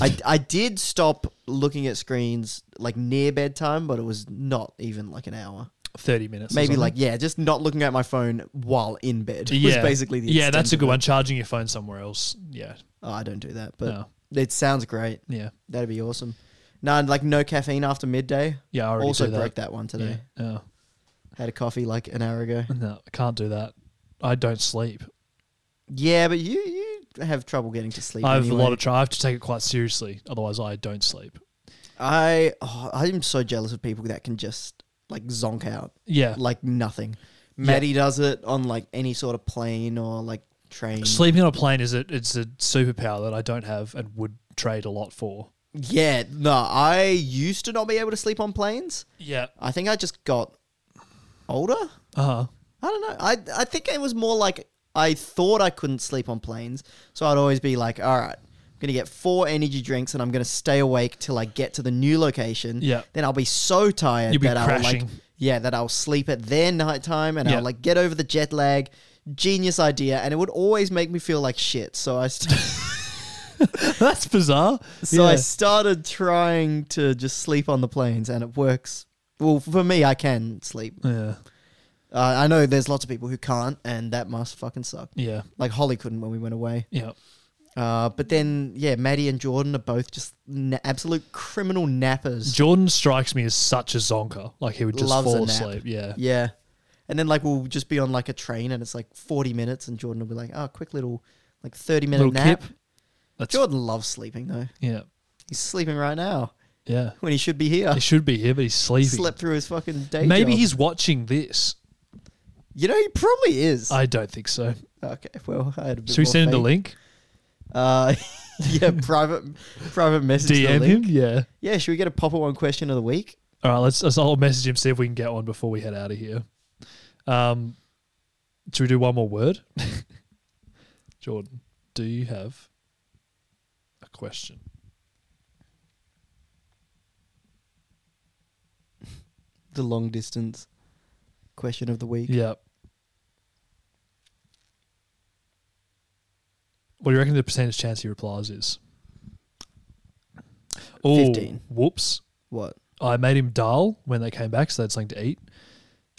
[SPEAKER 2] I, I did stop looking at screens like near bedtime, but it was not even like an hour.
[SPEAKER 3] Thirty minutes. or
[SPEAKER 2] Maybe
[SPEAKER 3] something.
[SPEAKER 2] like, yeah, just not looking at my phone while in bed was
[SPEAKER 3] yeah,
[SPEAKER 2] basically the
[SPEAKER 3] yeah. That's a
[SPEAKER 2] extent
[SPEAKER 3] good one. Charging your phone somewhere else. Yeah,
[SPEAKER 2] of it. Oh, I don't do that, but
[SPEAKER 3] No.
[SPEAKER 2] it sounds great.
[SPEAKER 3] yeah,
[SPEAKER 2] That'd be awesome. No, and like no caffeine after midday.
[SPEAKER 3] yeah. I already
[SPEAKER 2] also
[SPEAKER 3] do that.
[SPEAKER 2] broke that one today.
[SPEAKER 3] Yeah. Oh,
[SPEAKER 2] Had a coffee like an hour ago.
[SPEAKER 3] no, I can't do that. I don't sleep.
[SPEAKER 2] Yeah, but you you have trouble getting to sleep.
[SPEAKER 3] I have a lot
[SPEAKER 2] anyway.
[SPEAKER 3] of. Tr- I have to take it quite seriously. Otherwise, I don't sleep.
[SPEAKER 2] I oh, I'm so jealous of people that can just like zonk out
[SPEAKER 3] Yeah,
[SPEAKER 2] like nothing. Maddie does it on like any sort of plane or like train.
[SPEAKER 3] sleeping on a plane is a it's a superpower that I don't have and would trade a lot for.
[SPEAKER 2] Yeah, no, I used to not be able to sleep on planes.
[SPEAKER 3] Yeah.
[SPEAKER 2] I think I just got older.
[SPEAKER 3] Uh huh.
[SPEAKER 2] I don't know. I I think it was more like I thought I couldn't sleep on planes, so I'd always be like, all right. I'm gonna get four energy drinks and I'm gonna stay awake till I get to the new location.
[SPEAKER 3] Yeah.
[SPEAKER 2] Then I'll be so tired
[SPEAKER 3] You'll be
[SPEAKER 2] that I'll like
[SPEAKER 3] crashing.
[SPEAKER 2] yeah, that I'll sleep at their nighttime and
[SPEAKER 3] Yeah.
[SPEAKER 2] I'll like get over the jet lag. Genius idea, and it would always make me feel like shit. So I st-
[SPEAKER 3] That's bizarre.
[SPEAKER 2] so I
[SPEAKER 3] Yeah.
[SPEAKER 2] started trying to just sleep on the planes, and it works. Well, for me, I can sleep.
[SPEAKER 3] yeah.
[SPEAKER 2] Uh, I know there's lots of people who can't, and that must fucking suck.
[SPEAKER 3] Yeah.
[SPEAKER 2] Like Holly couldn't when we went away.
[SPEAKER 3] Yeah.
[SPEAKER 2] Uh, but then, yeah, Maddie and Jordan are both just na- absolute criminal nappers.
[SPEAKER 3] Jordan strikes me as such a zonker. Like he would just
[SPEAKER 2] Loves a
[SPEAKER 3] fall
[SPEAKER 2] nap.
[SPEAKER 3] asleep. Yeah.
[SPEAKER 2] yeah. And then, like, we'll just be on like a train and it's like 40 minutes, and Jordan will be like, oh, quick little, like 30 minute
[SPEAKER 3] Little
[SPEAKER 2] nap.
[SPEAKER 3] kip. That's
[SPEAKER 2] Jordan loves sleeping, though.
[SPEAKER 3] yeah.
[SPEAKER 2] He's sleeping right now
[SPEAKER 3] Yeah.
[SPEAKER 2] when he should be here.
[SPEAKER 3] He should be here, but he's
[SPEAKER 2] He
[SPEAKER 3] sleeping.
[SPEAKER 2] slept through his fucking day.
[SPEAKER 3] Maybe
[SPEAKER 2] job.
[SPEAKER 3] he's watching this.
[SPEAKER 2] You know, he probably is.
[SPEAKER 3] I don't think so.
[SPEAKER 2] okay, well, I had a bit
[SPEAKER 3] Should we
[SPEAKER 2] more
[SPEAKER 3] send him the
[SPEAKER 2] faith.
[SPEAKER 3] link?
[SPEAKER 2] Uh, yeah, private private message. the
[SPEAKER 3] DM him?
[SPEAKER 2] link.
[SPEAKER 3] Yeah.
[SPEAKER 2] Yeah, should we get a pop one question of the week?
[SPEAKER 3] All right, let's, let's. I'll message him, see if we can get one before we head out of here. Um, should we do one more word? Jordan, do you have a question?
[SPEAKER 2] The long distance question of the week.
[SPEAKER 3] Yeah. What do you reckon the percentage chance he replies is? Oh,
[SPEAKER 2] 15.
[SPEAKER 3] whoops.
[SPEAKER 2] What?
[SPEAKER 3] I made him dull when they came back, so they had something to eat.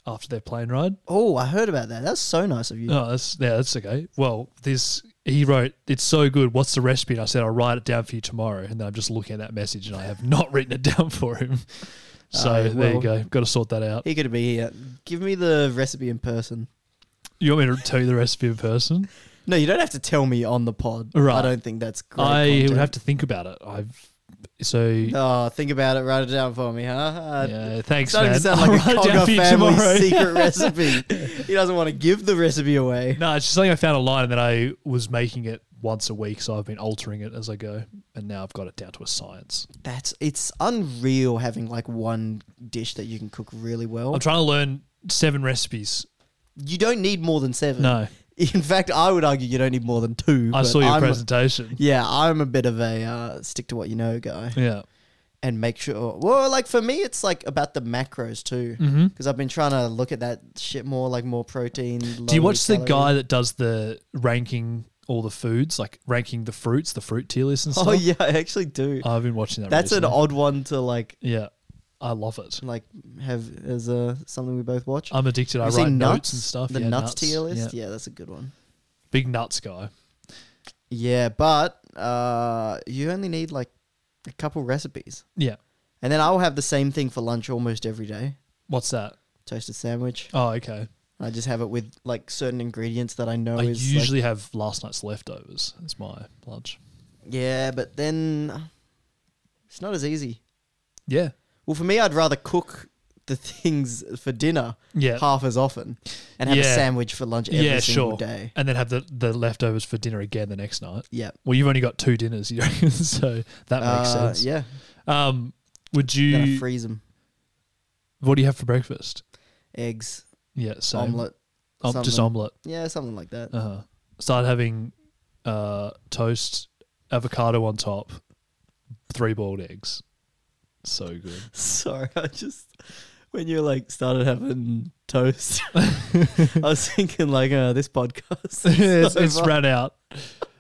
[SPEAKER 3] after their plane ride.
[SPEAKER 2] Oh, I heard about that. That's so nice of you.
[SPEAKER 3] No, that's yeah, that's okay. Well, this he wrote, "It's so good. What's the recipe?" And I said, "I'll write it down for you tomorrow." And then I'm just looking at that message, and I have not written it down for him. So
[SPEAKER 2] Oh,
[SPEAKER 3] there you
[SPEAKER 2] well.
[SPEAKER 3] go. Got to sort that out.
[SPEAKER 2] He could be here. Give me the recipe in person.
[SPEAKER 3] You want me to tell you the recipe in person?
[SPEAKER 2] No, you don't have to tell me on the pod.
[SPEAKER 3] Right.
[SPEAKER 2] I don't think that's great.
[SPEAKER 3] I would
[SPEAKER 2] content.
[SPEAKER 3] have to think about it. I've so
[SPEAKER 2] Oh, think about it. Write it down for me, huh? Uh,
[SPEAKER 3] yeah. Thanks,
[SPEAKER 2] starting
[SPEAKER 3] man.
[SPEAKER 2] to sound
[SPEAKER 3] I'll
[SPEAKER 2] like a
[SPEAKER 3] write it down for
[SPEAKER 2] Cogger
[SPEAKER 3] you
[SPEAKER 2] family
[SPEAKER 3] tomorrow.
[SPEAKER 2] secret recipe. He doesn't want to give the recipe away.
[SPEAKER 3] No, it's just something I found online, and then I was making it once a week, so I've been altering it as I go, and now I've got it down to a science.
[SPEAKER 2] That's it's unreal having like one dish that you can cook really well.
[SPEAKER 3] I'm trying to learn seven recipes.
[SPEAKER 2] you don't need more than seven.
[SPEAKER 3] No,
[SPEAKER 2] In fact, I would argue you don't need more than two.
[SPEAKER 3] I
[SPEAKER 2] but
[SPEAKER 3] saw your
[SPEAKER 2] I'm-
[SPEAKER 3] presentation.
[SPEAKER 2] Yeah, I'm a bit of a uh, stick to what you know guy.
[SPEAKER 3] Yeah.
[SPEAKER 2] and make sure. Well, like for me, it's like about the macros too, because
[SPEAKER 3] Mm-hmm.
[SPEAKER 2] I've been trying to look at that shit more, like more protein.
[SPEAKER 3] Do you watch the guy that does the ranking all the foods, like ranking the fruits, the fruit tier list and stuff?
[SPEAKER 2] Oh yeah, I actually do.
[SPEAKER 3] I've been watching that.
[SPEAKER 2] That's an
[SPEAKER 3] recently.
[SPEAKER 2] odd one to like,
[SPEAKER 3] Yeah, I love it.
[SPEAKER 2] like have as a something we both watch.
[SPEAKER 3] I'm addicted. I uh,
[SPEAKER 2] Have you
[SPEAKER 3] write
[SPEAKER 2] seen
[SPEAKER 3] notes and stuff.
[SPEAKER 2] The
[SPEAKER 3] yeah,
[SPEAKER 2] nuts, tier list. Yeah. that's a good one.
[SPEAKER 3] big nuts guy.
[SPEAKER 2] Yeah, but uh, you only need like a couple recipes,
[SPEAKER 3] Yeah,
[SPEAKER 2] and then I will have the same thing for lunch almost every day:
[SPEAKER 3] what's that?
[SPEAKER 2] toasted sandwich.
[SPEAKER 3] Oh, okay.
[SPEAKER 2] I just have it with like certain ingredients that I know
[SPEAKER 3] I
[SPEAKER 2] is Oh, like,
[SPEAKER 3] usually have last night's leftovers as my lunch.
[SPEAKER 2] Yeah, but then it's not as easy.
[SPEAKER 3] Yeah,
[SPEAKER 2] Well, for me, I'd rather cook the things for dinner
[SPEAKER 3] Yeah.
[SPEAKER 2] half as often and have
[SPEAKER 3] Yeah.
[SPEAKER 2] a sandwich for lunch every
[SPEAKER 3] yeah,
[SPEAKER 2] single
[SPEAKER 3] sure.
[SPEAKER 2] day.
[SPEAKER 3] And then have the, the leftovers for dinner again the next night.
[SPEAKER 2] Yeah.
[SPEAKER 3] Well, you've only got two dinners, you reckon? so that makes
[SPEAKER 2] Uh,
[SPEAKER 3] sense.
[SPEAKER 2] Yeah.
[SPEAKER 3] Um, would
[SPEAKER 2] Then I
[SPEAKER 3] you?
[SPEAKER 2] freeze them.
[SPEAKER 3] What do you have for breakfast?
[SPEAKER 2] Eggs,
[SPEAKER 3] Yeah, so
[SPEAKER 2] omelette.
[SPEAKER 3] Um, just
[SPEAKER 2] something.
[SPEAKER 3] omelette.
[SPEAKER 2] Yeah, something like that.
[SPEAKER 3] Uh-huh. Start having uh, toast, avocado on top, three boiled eggs. So good.
[SPEAKER 2] Sorry, I just when you like started having toast, I was thinking like uh, this podcast. is
[SPEAKER 3] it's
[SPEAKER 2] over.
[SPEAKER 3] it's ran out.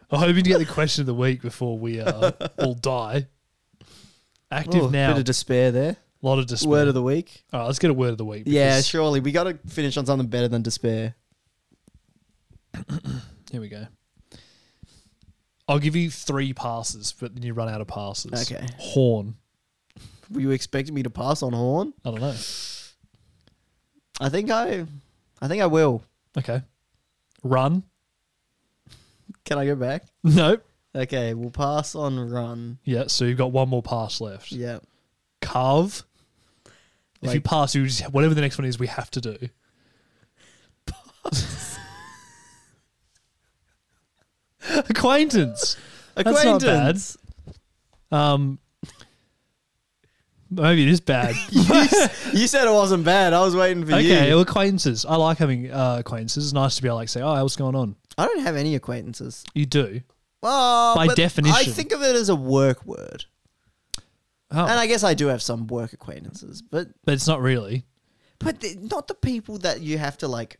[SPEAKER 3] I'm hoping to get the question of the week before we uh, all die. Active
[SPEAKER 2] Ooh,
[SPEAKER 3] now.
[SPEAKER 2] Oh, Bit of despair there.
[SPEAKER 3] a lot of despair.
[SPEAKER 2] Word of the week.
[SPEAKER 3] All right, let's get a word of the week.
[SPEAKER 2] Yeah,
[SPEAKER 3] because-
[SPEAKER 2] surely we got to finish on something better than despair.
[SPEAKER 3] Here we go. I'll give you three passes, but then you run out of passes.
[SPEAKER 2] Okay.
[SPEAKER 3] Horn.
[SPEAKER 2] Were you expecting me to pass on Horn?
[SPEAKER 3] I don't know.
[SPEAKER 2] I think I, I think I will.
[SPEAKER 3] Okay. Run.
[SPEAKER 2] Can I go back?
[SPEAKER 3] Nope.
[SPEAKER 2] Okay, we'll pass on Run.
[SPEAKER 3] Yeah, so you've got one more pass left.
[SPEAKER 2] Yeah,
[SPEAKER 3] Carve. if you
[SPEAKER 2] Like-
[SPEAKER 3] pass, you just, whatever the next one is, we have to do. Acquaintance. That's not bad.
[SPEAKER 2] acquaintance.
[SPEAKER 3] Um, maybe it is bad.
[SPEAKER 2] You said it wasn't bad. I was waiting for
[SPEAKER 3] okay,
[SPEAKER 2] you.
[SPEAKER 3] well, acquaintances. I like having uh, acquaintances. It's nice to be able to like, say, oh, what's going on?
[SPEAKER 2] I don't have any acquaintances.
[SPEAKER 3] You do.
[SPEAKER 2] Oh,
[SPEAKER 3] By
[SPEAKER 2] but I
[SPEAKER 3] definition.
[SPEAKER 2] think of it as a work word,
[SPEAKER 3] Oh,
[SPEAKER 2] and I guess I do have some work acquaintances, but
[SPEAKER 3] but it's not really.
[SPEAKER 2] but the, not the people that you have to like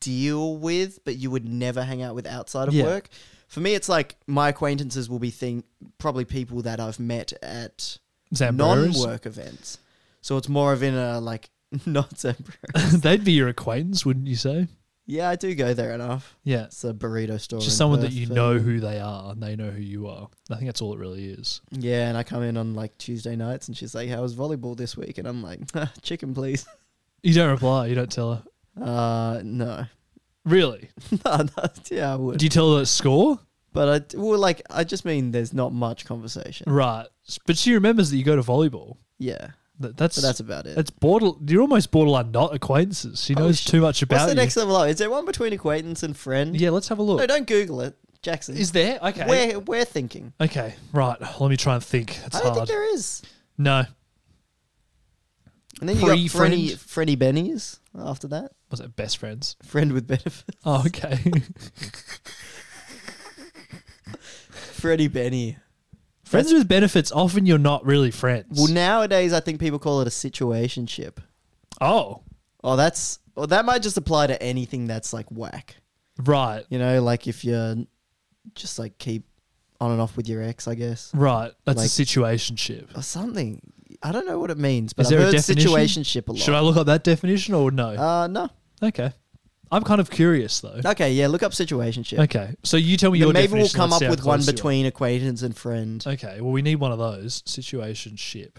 [SPEAKER 2] deal with, but you would never hang out with outside of
[SPEAKER 3] Yeah.
[SPEAKER 2] work. For me, it's like my acquaintances will be thing probably people that I've met at
[SPEAKER 3] Zambreros.
[SPEAKER 2] non-work events. So it's more of in a like not Zambreros.
[SPEAKER 3] They'd be your acquaintance, wouldn't you say?
[SPEAKER 2] yeah, I do go there enough.
[SPEAKER 3] Yeah.
[SPEAKER 2] It's a burrito store.
[SPEAKER 3] Just
[SPEAKER 2] in
[SPEAKER 3] someone that
[SPEAKER 2] Perth,
[SPEAKER 3] you
[SPEAKER 2] but-
[SPEAKER 3] know who they are and they know who you are. I think that's all it really is.
[SPEAKER 2] Yeah, and I come in on like Tuesday nights, and she's like, "How was volleyball this week?" And I'm like, "Chicken, please."
[SPEAKER 3] You don't reply. You don't tell her.
[SPEAKER 2] Uh, no,
[SPEAKER 3] Really?
[SPEAKER 2] no, no, yeah, I would.
[SPEAKER 3] Do you tell her the score?
[SPEAKER 2] But I well, like I just mean there's not much conversation.
[SPEAKER 3] Right. But she remembers that you go to volleyball.
[SPEAKER 2] Yeah,
[SPEAKER 3] That, that's
[SPEAKER 2] but that's about it.
[SPEAKER 3] that's border. You're almost borderline not acquaintances. She knows too much about
[SPEAKER 2] What's the
[SPEAKER 3] you.
[SPEAKER 2] next level up? Is there one between acquaintance and friend?
[SPEAKER 3] yeah, let's have a look.
[SPEAKER 2] No, don't Google it, Jackson.
[SPEAKER 3] Is there? Okay.
[SPEAKER 2] We're we're thinking.
[SPEAKER 3] Okay. Right. Let me try and think. It's
[SPEAKER 2] I don't
[SPEAKER 3] hard.
[SPEAKER 2] think there is.
[SPEAKER 3] no.
[SPEAKER 2] And then you got
[SPEAKER 3] Pre-friend.
[SPEAKER 2] Freddy, Freddy Benny's after that.
[SPEAKER 3] Was it best friends?
[SPEAKER 2] Friend with benefit.
[SPEAKER 3] Oh, okay.
[SPEAKER 2] Freddy Benny.
[SPEAKER 3] friends with benefits. Often you're not really friends.
[SPEAKER 2] Well, nowadays I think people call it a situationship.
[SPEAKER 3] oh,
[SPEAKER 2] Oh, that's well, that might just apply to anything that's like whack.
[SPEAKER 3] right.
[SPEAKER 2] You know, like if you're just like keep on and off with your ex, I guess,
[SPEAKER 3] Right. That's
[SPEAKER 2] Like-
[SPEAKER 3] a situationship.
[SPEAKER 2] or something. I don't know what it means, but
[SPEAKER 3] Is
[SPEAKER 2] I've
[SPEAKER 3] there a
[SPEAKER 2] heard
[SPEAKER 3] definition?
[SPEAKER 2] situationship a lot.
[SPEAKER 3] Should I look up that definition or no?
[SPEAKER 2] Uh, no.
[SPEAKER 3] okay. I'm kind of curious though.
[SPEAKER 2] Okay, yeah, look up situationship.
[SPEAKER 3] Okay. So you tell me your
[SPEAKER 2] Then maybe we'll
[SPEAKER 3] definition,
[SPEAKER 2] come
[SPEAKER 3] let's
[SPEAKER 2] up
[SPEAKER 3] see how
[SPEAKER 2] with one
[SPEAKER 3] close you are.
[SPEAKER 2] between acquaintance and friend.
[SPEAKER 3] Okay. Well, we need one of those situationship.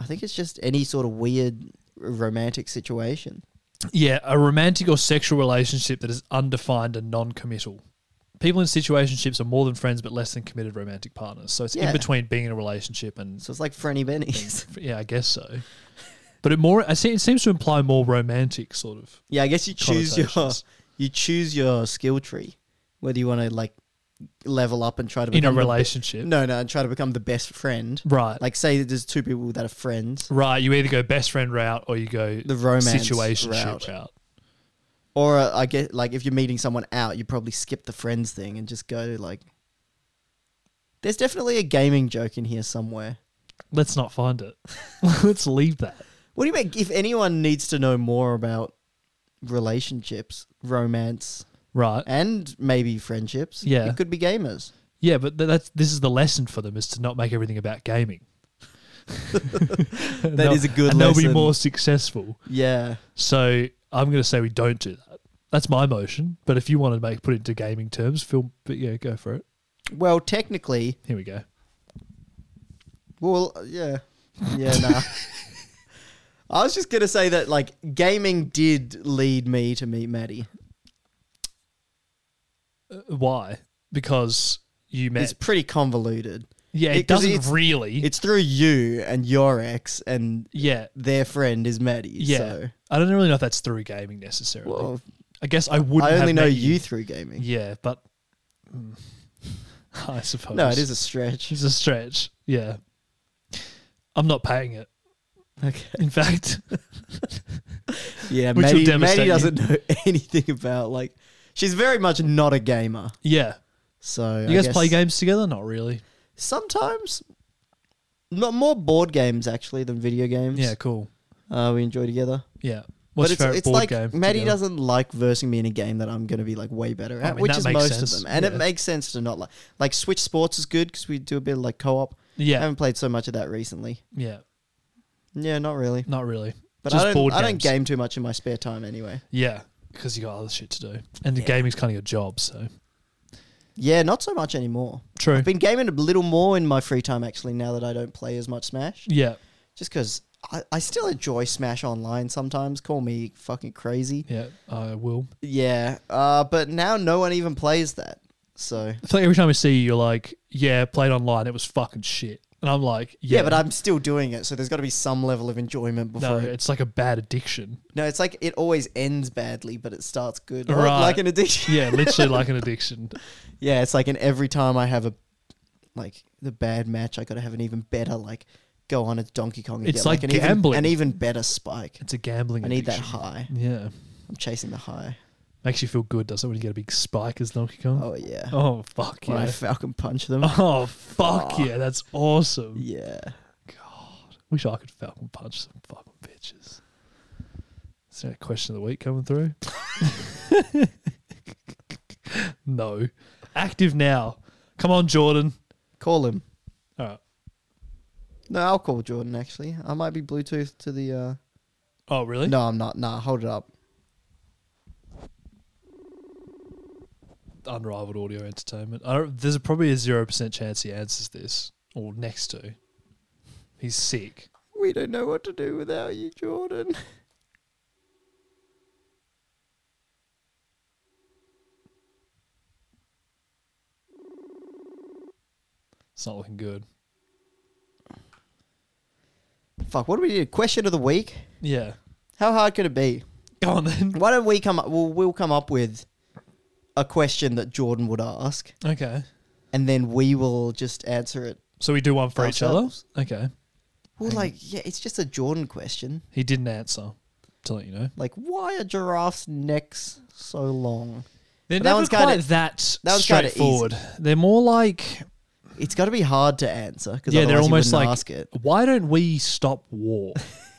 [SPEAKER 2] I think it's just any sort of weird r- romantic situation.
[SPEAKER 3] Yeah, a romantic or sexual relationship that is undefined and non-committal. People in situationships are more than friends but less than committed romantic partners. So it's in
[SPEAKER 2] Yeah.
[SPEAKER 3] between being in a relationship and
[SPEAKER 2] So it's like Frenny Benny's.
[SPEAKER 3] yeah, I guess so. But it more I see it seems to imply more romantic sort of.
[SPEAKER 2] yeah, I guess you choose your
[SPEAKER 3] Connotations.
[SPEAKER 2] you choose your skill tree, whether you want to like level up and try to
[SPEAKER 3] In a
[SPEAKER 2] become the be-
[SPEAKER 3] relationship.
[SPEAKER 2] no, no, and try to become the best friend.
[SPEAKER 3] Right.
[SPEAKER 2] Like say that there's two people that are friends,
[SPEAKER 3] Right, you either go best friend route or you go
[SPEAKER 2] The romance
[SPEAKER 3] situationship route.
[SPEAKER 2] route. or uh, I get like if you're meeting someone out, you probably skip the friends thing and just go like. There's definitely a gaming joke in here somewhere.
[SPEAKER 3] Let's not find it. Let's leave that.
[SPEAKER 2] What do you mean? If anyone needs to know more about relationships, romance,
[SPEAKER 3] Right.
[SPEAKER 2] and maybe friendships,
[SPEAKER 3] Yeah.
[SPEAKER 2] it could be gamers.
[SPEAKER 3] Yeah, but th- that's this is the lesson for them is to not make everything about gaming. That is
[SPEAKER 2] is a good
[SPEAKER 3] and They'll be
[SPEAKER 2] lesson.
[SPEAKER 3] more successful.
[SPEAKER 2] Yeah,
[SPEAKER 3] So I'm going to say we don't do that. That's my motion. But if you want to make put it into gaming terms, feel but yeah, go for it.
[SPEAKER 2] well, technically,
[SPEAKER 3] Here we go.
[SPEAKER 2] well, yeah, yeah, nah. I was just gonna say that like gaming did lead me to meet Maddie.
[SPEAKER 3] Why? Because you met.
[SPEAKER 2] It's pretty convoluted.
[SPEAKER 3] yeah, it
[SPEAKER 2] 'cause
[SPEAKER 3] doesn't
[SPEAKER 2] it's-
[SPEAKER 3] really.
[SPEAKER 2] It's through you and your ex and
[SPEAKER 3] yeah,
[SPEAKER 2] their friend is Maddie.
[SPEAKER 3] yeah.
[SPEAKER 2] So.
[SPEAKER 3] I don't really know if that's through gaming necessarily.
[SPEAKER 2] Well,
[SPEAKER 3] I guess I wouldn't.
[SPEAKER 2] I only
[SPEAKER 3] have
[SPEAKER 2] know
[SPEAKER 3] met
[SPEAKER 2] you through gaming.
[SPEAKER 3] Yeah, but mm. I suppose
[SPEAKER 2] No, it is a stretch.
[SPEAKER 3] It's a stretch. Yeah, I'm not paying it.
[SPEAKER 2] Okay.
[SPEAKER 3] In fact,
[SPEAKER 2] Yeah,
[SPEAKER 3] Which will
[SPEAKER 2] Maddie,
[SPEAKER 3] devastate
[SPEAKER 2] Maddie
[SPEAKER 3] you.
[SPEAKER 2] doesn't know anything about like she's very much not a gamer.
[SPEAKER 3] yeah.
[SPEAKER 2] So
[SPEAKER 3] You
[SPEAKER 2] I
[SPEAKER 3] guys
[SPEAKER 2] guess
[SPEAKER 3] play games together? Not really.
[SPEAKER 2] sometimes. Not more board games actually than video games.
[SPEAKER 3] Yeah, cool.
[SPEAKER 2] uh, we enjoy together.
[SPEAKER 3] Yeah. What's your
[SPEAKER 2] but it's,
[SPEAKER 3] favorite
[SPEAKER 2] it's
[SPEAKER 3] board
[SPEAKER 2] like
[SPEAKER 3] game?
[SPEAKER 2] Maddie
[SPEAKER 3] together?
[SPEAKER 2] doesn't like versing me in a game that I'm going to be like way better at,
[SPEAKER 3] mean,
[SPEAKER 2] which
[SPEAKER 3] that
[SPEAKER 2] is
[SPEAKER 3] makes
[SPEAKER 2] most
[SPEAKER 3] sense,
[SPEAKER 2] of them, and
[SPEAKER 3] yeah.
[SPEAKER 2] it makes sense to not like like Switch Sports is good because we do a bit of like co-op. I
[SPEAKER 3] Yeah.
[SPEAKER 2] haven't played so much of that recently.
[SPEAKER 3] Yeah.
[SPEAKER 2] Yeah, not really.
[SPEAKER 3] Not really.
[SPEAKER 2] But
[SPEAKER 3] Just
[SPEAKER 2] I don't
[SPEAKER 3] board
[SPEAKER 2] I don't
[SPEAKER 3] games.
[SPEAKER 2] game too much in my spare time anyway.
[SPEAKER 3] Yeah. Because you got other shit to do. And the gaming's kind of your job, so.
[SPEAKER 2] Yeah, not so much anymore.
[SPEAKER 3] True.
[SPEAKER 2] I've been gaming a little more in my free time actually now that I don't play as much Smash.
[SPEAKER 3] yeah.
[SPEAKER 2] Just because I, I still enjoy Smash Online sometimes. Call me fucking crazy.
[SPEAKER 3] Yeah. I will.
[SPEAKER 2] Yeah. Uh, but now no one even plays that. So.
[SPEAKER 3] I feel like every time I see you, you're like, yeah, played online. It was fucking shit. And I'm like, yeah.
[SPEAKER 2] Yeah, but I'm still doing it. So there's got to be some level of enjoyment
[SPEAKER 3] No,
[SPEAKER 2] before. it-
[SPEAKER 3] it's like a bad addiction.
[SPEAKER 2] no, it's like it always ends badly, but it starts good. Like-
[SPEAKER 3] Right.
[SPEAKER 2] Like an addiction.
[SPEAKER 3] Yeah, literally like an addiction.
[SPEAKER 2] Yeah, it's like an every time I have a like the bad match, I got to have an even better like go on a Donkey Kong. And
[SPEAKER 3] It's
[SPEAKER 2] get
[SPEAKER 3] like
[SPEAKER 2] an
[SPEAKER 3] gambling.
[SPEAKER 2] Even, an even better spike.
[SPEAKER 3] It's a gambling
[SPEAKER 2] I need that
[SPEAKER 3] addiction.
[SPEAKER 2] high.
[SPEAKER 3] Yeah.
[SPEAKER 2] I'm chasing the high.
[SPEAKER 3] Makes you feel good, doesn't it, when you get a big spike as Donkey Kong?
[SPEAKER 2] Oh yeah.
[SPEAKER 3] Oh, fuck
[SPEAKER 2] When I
[SPEAKER 3] yeah.
[SPEAKER 2] Falcon punch them.
[SPEAKER 3] Oh, fuck yeah. That's awesome.
[SPEAKER 2] Yeah.
[SPEAKER 3] Wish I could falcon punch some fucking bitches. Is there a question of the week coming through? no. Active now. Come on, Jordan.
[SPEAKER 2] Call him.
[SPEAKER 3] All right.
[SPEAKER 2] No, I'll call Jordan actually. I might be Bluetooth to the uh
[SPEAKER 3] Oh, really?
[SPEAKER 2] No, I'm not. Nah, hold it up.
[SPEAKER 3] Unrivaled audio entertainment. I don't, there's probably a 0% chance he answers this or next to. He's sick.
[SPEAKER 2] We don't know what to do without you, Jordan.
[SPEAKER 3] It's not looking good.
[SPEAKER 2] Fuck, what do we do? Question of the week?
[SPEAKER 3] Yeah.
[SPEAKER 2] How hard could it be?
[SPEAKER 3] Go on then.
[SPEAKER 2] Why don't we come up well we'll come up with a question that Jordan would ask
[SPEAKER 3] Okay.
[SPEAKER 2] and then we will just answer it.
[SPEAKER 3] So we do one for
[SPEAKER 2] Ourselves.
[SPEAKER 3] each other? Okay.
[SPEAKER 2] Well like yeah, it's just a Jordan question.
[SPEAKER 3] He didn't answer. To let you know.
[SPEAKER 2] Like why are giraffes' necks so long?
[SPEAKER 3] They're
[SPEAKER 2] But that
[SPEAKER 3] never
[SPEAKER 2] one's
[SPEAKER 3] quite
[SPEAKER 2] kinda-
[SPEAKER 3] that,
[SPEAKER 2] that one's kinda easy.
[SPEAKER 3] straightforward. They're more like
[SPEAKER 2] It's got to be hard to answer because
[SPEAKER 3] yeah, they're almost
[SPEAKER 2] you
[SPEAKER 3] like
[SPEAKER 2] wouldn't ask it.
[SPEAKER 3] why don't we stop war?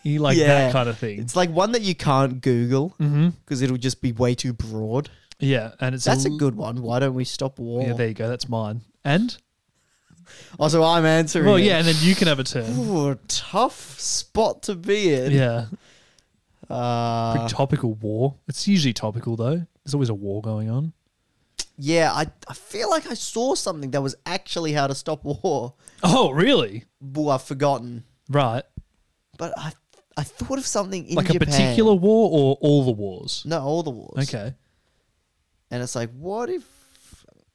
[SPEAKER 3] You like that kind of thing. Mm-hmm.
[SPEAKER 2] It's like one that you can't Google because it'll just be way too broad.
[SPEAKER 3] yeah, and it's
[SPEAKER 2] That's a
[SPEAKER 3] l-
[SPEAKER 2] good one. Why don't we stop war?
[SPEAKER 3] Yeah, there you go. That's mine. And
[SPEAKER 2] Oh, so I'm answering.
[SPEAKER 3] Well,
[SPEAKER 2] it.
[SPEAKER 3] yeah, and then you can have a turn.
[SPEAKER 2] Ooh, tough spot to be in.
[SPEAKER 3] Yeah.
[SPEAKER 2] Uh,
[SPEAKER 3] Pretty topical war. It's usually topical though. There's always a war going on.
[SPEAKER 2] yeah, I, I feel like I saw something that was actually how to stop war,
[SPEAKER 3] Oh, really?
[SPEAKER 2] but I've forgotten.
[SPEAKER 3] Right.
[SPEAKER 2] But I I thought of something in
[SPEAKER 3] Like
[SPEAKER 2] Japan.
[SPEAKER 3] a particular war or all the wars?
[SPEAKER 2] No, all the wars.
[SPEAKER 3] Okay.
[SPEAKER 2] And it's like, what if?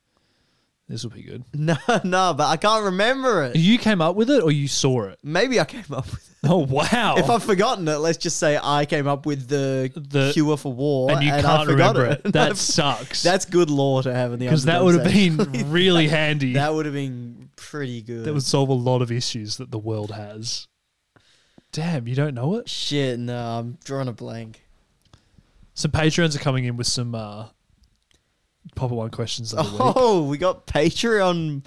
[SPEAKER 3] This will be good.
[SPEAKER 2] No, no, but I can't remember it.
[SPEAKER 3] You came up with it or you saw it?
[SPEAKER 2] Maybe I came up with it.
[SPEAKER 3] Oh, wow.
[SPEAKER 2] If I've forgotten it, let's just say I came up with the,
[SPEAKER 3] The-
[SPEAKER 2] cure for war,
[SPEAKER 3] and you
[SPEAKER 2] I
[SPEAKER 3] can't
[SPEAKER 2] forgot
[SPEAKER 3] remember it. That
[SPEAKER 2] I've-
[SPEAKER 3] sucks.
[SPEAKER 2] That's good lore to have in the
[SPEAKER 3] because that would
[SPEAKER 2] underdog
[SPEAKER 3] have
[SPEAKER 2] section.
[SPEAKER 3] been really handy.
[SPEAKER 2] that would have been pretty good.
[SPEAKER 3] That would solve a lot of issues that the world has. Damn, you don't know it?
[SPEAKER 2] shit. No, I'm drawing a blank.
[SPEAKER 3] Some patrons are coming in with some uh, Papa One questions of the week.
[SPEAKER 2] Oh, we got Patreon,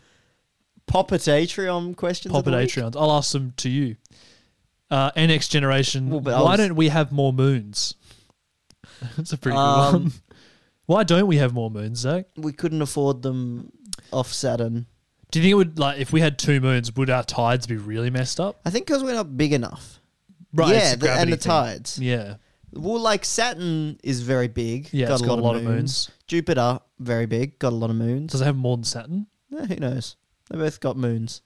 [SPEAKER 2] Popper Patreon questions. of
[SPEAKER 3] Papa
[SPEAKER 2] the week?
[SPEAKER 3] Patreons. I'll ask them to you. Uh, and next generation.
[SPEAKER 2] Well, but I
[SPEAKER 3] why
[SPEAKER 2] was-
[SPEAKER 3] don't we have more moons? That's a pretty good one.
[SPEAKER 2] Um,
[SPEAKER 3] Why don't we have more moons, Zach?
[SPEAKER 2] We couldn't afford them off Saturn.
[SPEAKER 3] Do you think it would like if we had two moons, would our tides be really messed up?
[SPEAKER 2] I think because we're not big enough.
[SPEAKER 3] Right, it's
[SPEAKER 2] Yeah, the- and
[SPEAKER 3] gravity
[SPEAKER 2] the
[SPEAKER 3] thing.
[SPEAKER 2] tides.
[SPEAKER 3] Yeah,
[SPEAKER 2] Well, like Saturn is very big.
[SPEAKER 3] Yeah, it's got a lot of moons.
[SPEAKER 2] Jupiter, very big. Got a lot of moons.
[SPEAKER 3] does it have more than Saturn?
[SPEAKER 2] Eh, who knows? They both got moons.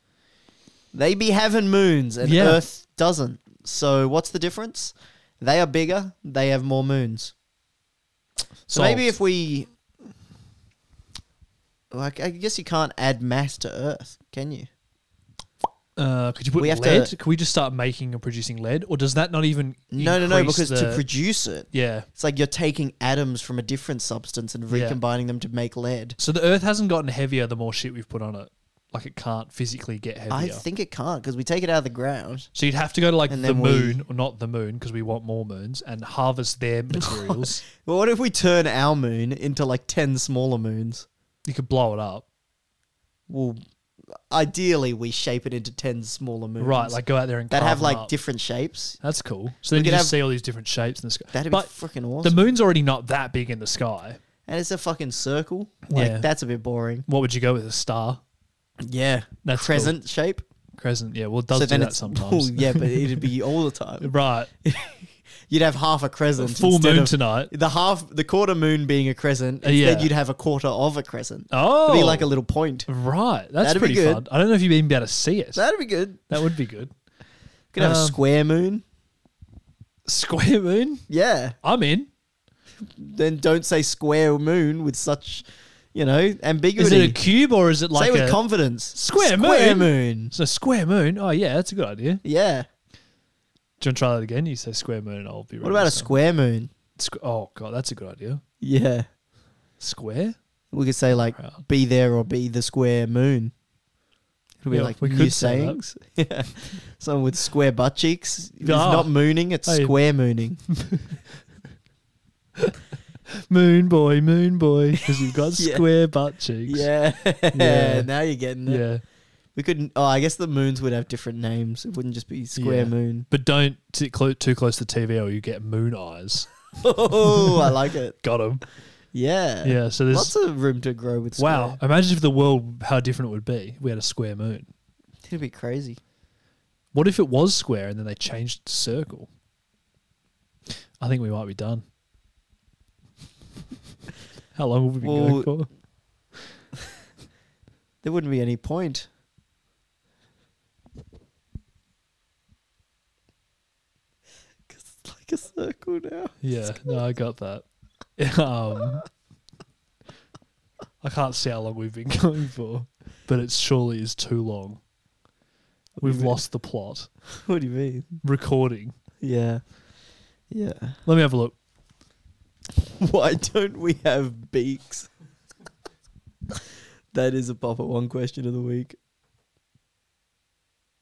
[SPEAKER 2] They be having moons, and
[SPEAKER 3] Yeah.
[SPEAKER 2] Earth doesn't. So what's the difference? They are bigger. They have more moons. So maybe if we, like, I guess you can't add mass to Earth, can you?
[SPEAKER 3] uh, could you put
[SPEAKER 2] we have to-
[SPEAKER 3] lead? Could we just start making and producing lead, or does that not even?
[SPEAKER 2] No, no, no.
[SPEAKER 3] increase
[SPEAKER 2] Because
[SPEAKER 3] the-
[SPEAKER 2] to produce it,
[SPEAKER 3] yeah.
[SPEAKER 2] it's like you're taking atoms from a different substance and
[SPEAKER 3] Yeah.
[SPEAKER 2] recombining them to make lead.
[SPEAKER 3] So the Earth hasn't gotten heavier the more shit we've put on it. Like it can't physically get heavier.
[SPEAKER 2] I think it can't because we take it out of the ground.
[SPEAKER 3] so you'd have to go to like
[SPEAKER 2] And
[SPEAKER 3] the
[SPEAKER 2] then we-
[SPEAKER 3] moon, or not the moon, because we want more moons, and harvest their materials.
[SPEAKER 2] Well, what if we turn our moon into like ten smaller moons?
[SPEAKER 3] you could blow it up,
[SPEAKER 2] Well, ideally, we shape it into ten smaller moons.
[SPEAKER 3] right? Like go out there and
[SPEAKER 2] that
[SPEAKER 3] carve
[SPEAKER 2] have
[SPEAKER 3] them
[SPEAKER 2] like
[SPEAKER 3] up.
[SPEAKER 2] different shapes.
[SPEAKER 3] That's cool. So then
[SPEAKER 2] We
[SPEAKER 3] you
[SPEAKER 2] could
[SPEAKER 3] just
[SPEAKER 2] have-
[SPEAKER 3] see all these different shapes in the sky.
[SPEAKER 2] That'd be
[SPEAKER 3] but
[SPEAKER 2] freaking awesome.
[SPEAKER 3] The moon's already not that big in the sky.
[SPEAKER 2] And it's a fucking circle. Like
[SPEAKER 3] Yeah.
[SPEAKER 2] that's a bit boring.
[SPEAKER 3] What would you go with? A star?
[SPEAKER 2] Yeah,
[SPEAKER 3] That's cool.
[SPEAKER 2] crescent shape.
[SPEAKER 3] Crescent? Yeah, well, it does do that sometimes.
[SPEAKER 2] Well, yeah, but it'd be all the time.
[SPEAKER 3] Right.
[SPEAKER 2] You'd have half a crescent.
[SPEAKER 3] Full
[SPEAKER 2] instead
[SPEAKER 3] moon
[SPEAKER 2] of-
[SPEAKER 3] tonight.
[SPEAKER 2] The half, the quarter moon being a crescent.
[SPEAKER 3] Uh,
[SPEAKER 2] Instead,
[SPEAKER 3] yeah.
[SPEAKER 2] you'd have a quarter of a crescent.
[SPEAKER 3] Oh.
[SPEAKER 2] it'd be like a little point.
[SPEAKER 3] Right. That's
[SPEAKER 2] That'd be
[SPEAKER 3] pretty
[SPEAKER 2] good.
[SPEAKER 3] fun. I don't know if you'd even be able to see it.
[SPEAKER 2] That'd be good.
[SPEAKER 3] that would be good.
[SPEAKER 2] Could have a
[SPEAKER 3] Um,
[SPEAKER 2] square moon.
[SPEAKER 3] Square moon?
[SPEAKER 2] Yeah.
[SPEAKER 3] I'm in.
[SPEAKER 2] Then don't say square moon with such, you know, ambiguity.
[SPEAKER 3] Is it a cube or is it like
[SPEAKER 2] say with
[SPEAKER 3] a
[SPEAKER 2] confidence.
[SPEAKER 3] Square
[SPEAKER 2] Square
[SPEAKER 3] moon?
[SPEAKER 2] moon.
[SPEAKER 3] It's a square moon? Oh, yeah, that's a good idea.
[SPEAKER 2] Yeah.
[SPEAKER 3] Do you want to try that again? You say square moon and I'll be
[SPEAKER 2] What about a square moon?
[SPEAKER 3] square? Oh, God, that's a good idea.
[SPEAKER 2] Yeah.
[SPEAKER 3] Square?
[SPEAKER 2] We could say like
[SPEAKER 3] Proud.
[SPEAKER 2] be there or be the square moon. It'll be
[SPEAKER 3] Yeah,
[SPEAKER 2] like
[SPEAKER 3] we
[SPEAKER 2] new
[SPEAKER 3] could say that.
[SPEAKER 2] sayings. yeah. Someone with square butt cheeks. It's
[SPEAKER 3] Ah.
[SPEAKER 2] not mooning, it's
[SPEAKER 3] Hey.
[SPEAKER 2] square mooning.
[SPEAKER 3] Moon boy, moon boy, because you've got
[SPEAKER 2] Yeah.
[SPEAKER 3] square butt cheeks.
[SPEAKER 2] yeah.
[SPEAKER 3] Yeah.
[SPEAKER 2] Now you're getting it.
[SPEAKER 3] Yeah.
[SPEAKER 2] We couldn't oh, I guess the moons would have different names. It wouldn't just be square
[SPEAKER 3] Yeah.
[SPEAKER 2] moon.
[SPEAKER 3] But don't sit clo- too close to TV or you get moon eyes.
[SPEAKER 2] Oh, I like it.
[SPEAKER 3] Got them.
[SPEAKER 2] Yeah.
[SPEAKER 3] Yeah, so there's-
[SPEAKER 2] lots of room to grow with square.
[SPEAKER 3] Wow. Imagine if the world, how different it would be. if We had a square moon.
[SPEAKER 2] It'd be crazy.
[SPEAKER 3] What if it was square and then they changed it to circle? I think we might be done. How long have we been
[SPEAKER 2] Well-
[SPEAKER 3] going for?
[SPEAKER 2] There wouldn't be any point. Cause it's like a circle now.
[SPEAKER 3] Yeah, no, I got that. Um, I can't see how long we've been going for, but it surely is too long. We've lost the plot.
[SPEAKER 2] What do you mean?
[SPEAKER 3] Recording.
[SPEAKER 2] Yeah. Yeah.
[SPEAKER 3] Let me have a look.
[SPEAKER 2] Why don't we have beaks? that is a pop at one question of the week.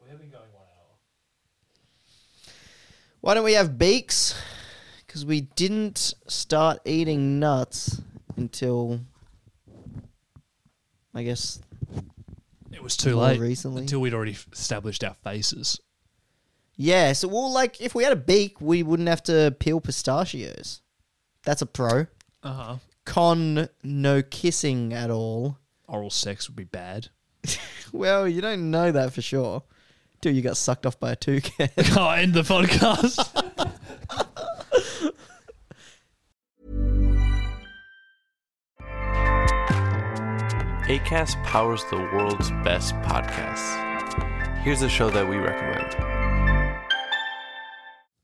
[SPEAKER 2] We have been going one hour. Why don't we have beaks? Because we didn't start eating nuts until, I guess,
[SPEAKER 3] It was too
[SPEAKER 2] More
[SPEAKER 3] late
[SPEAKER 2] recently.
[SPEAKER 3] until we'd already f- established our faces.
[SPEAKER 2] yeah. So, well, like if we had a beak, we wouldn't have to peel pistachios. That's a pro.
[SPEAKER 3] Uh
[SPEAKER 2] Uh-huh.
[SPEAKER 3] huh.
[SPEAKER 2] Con, no kissing at all.
[SPEAKER 3] Oral sex would be bad.
[SPEAKER 2] Well, you don't know that for sure. Dude, you got sucked off by a toucan.
[SPEAKER 3] Oh, end the podcast.
[SPEAKER 5] ACAST powers the world's best podcasts. Here's a show that we recommend.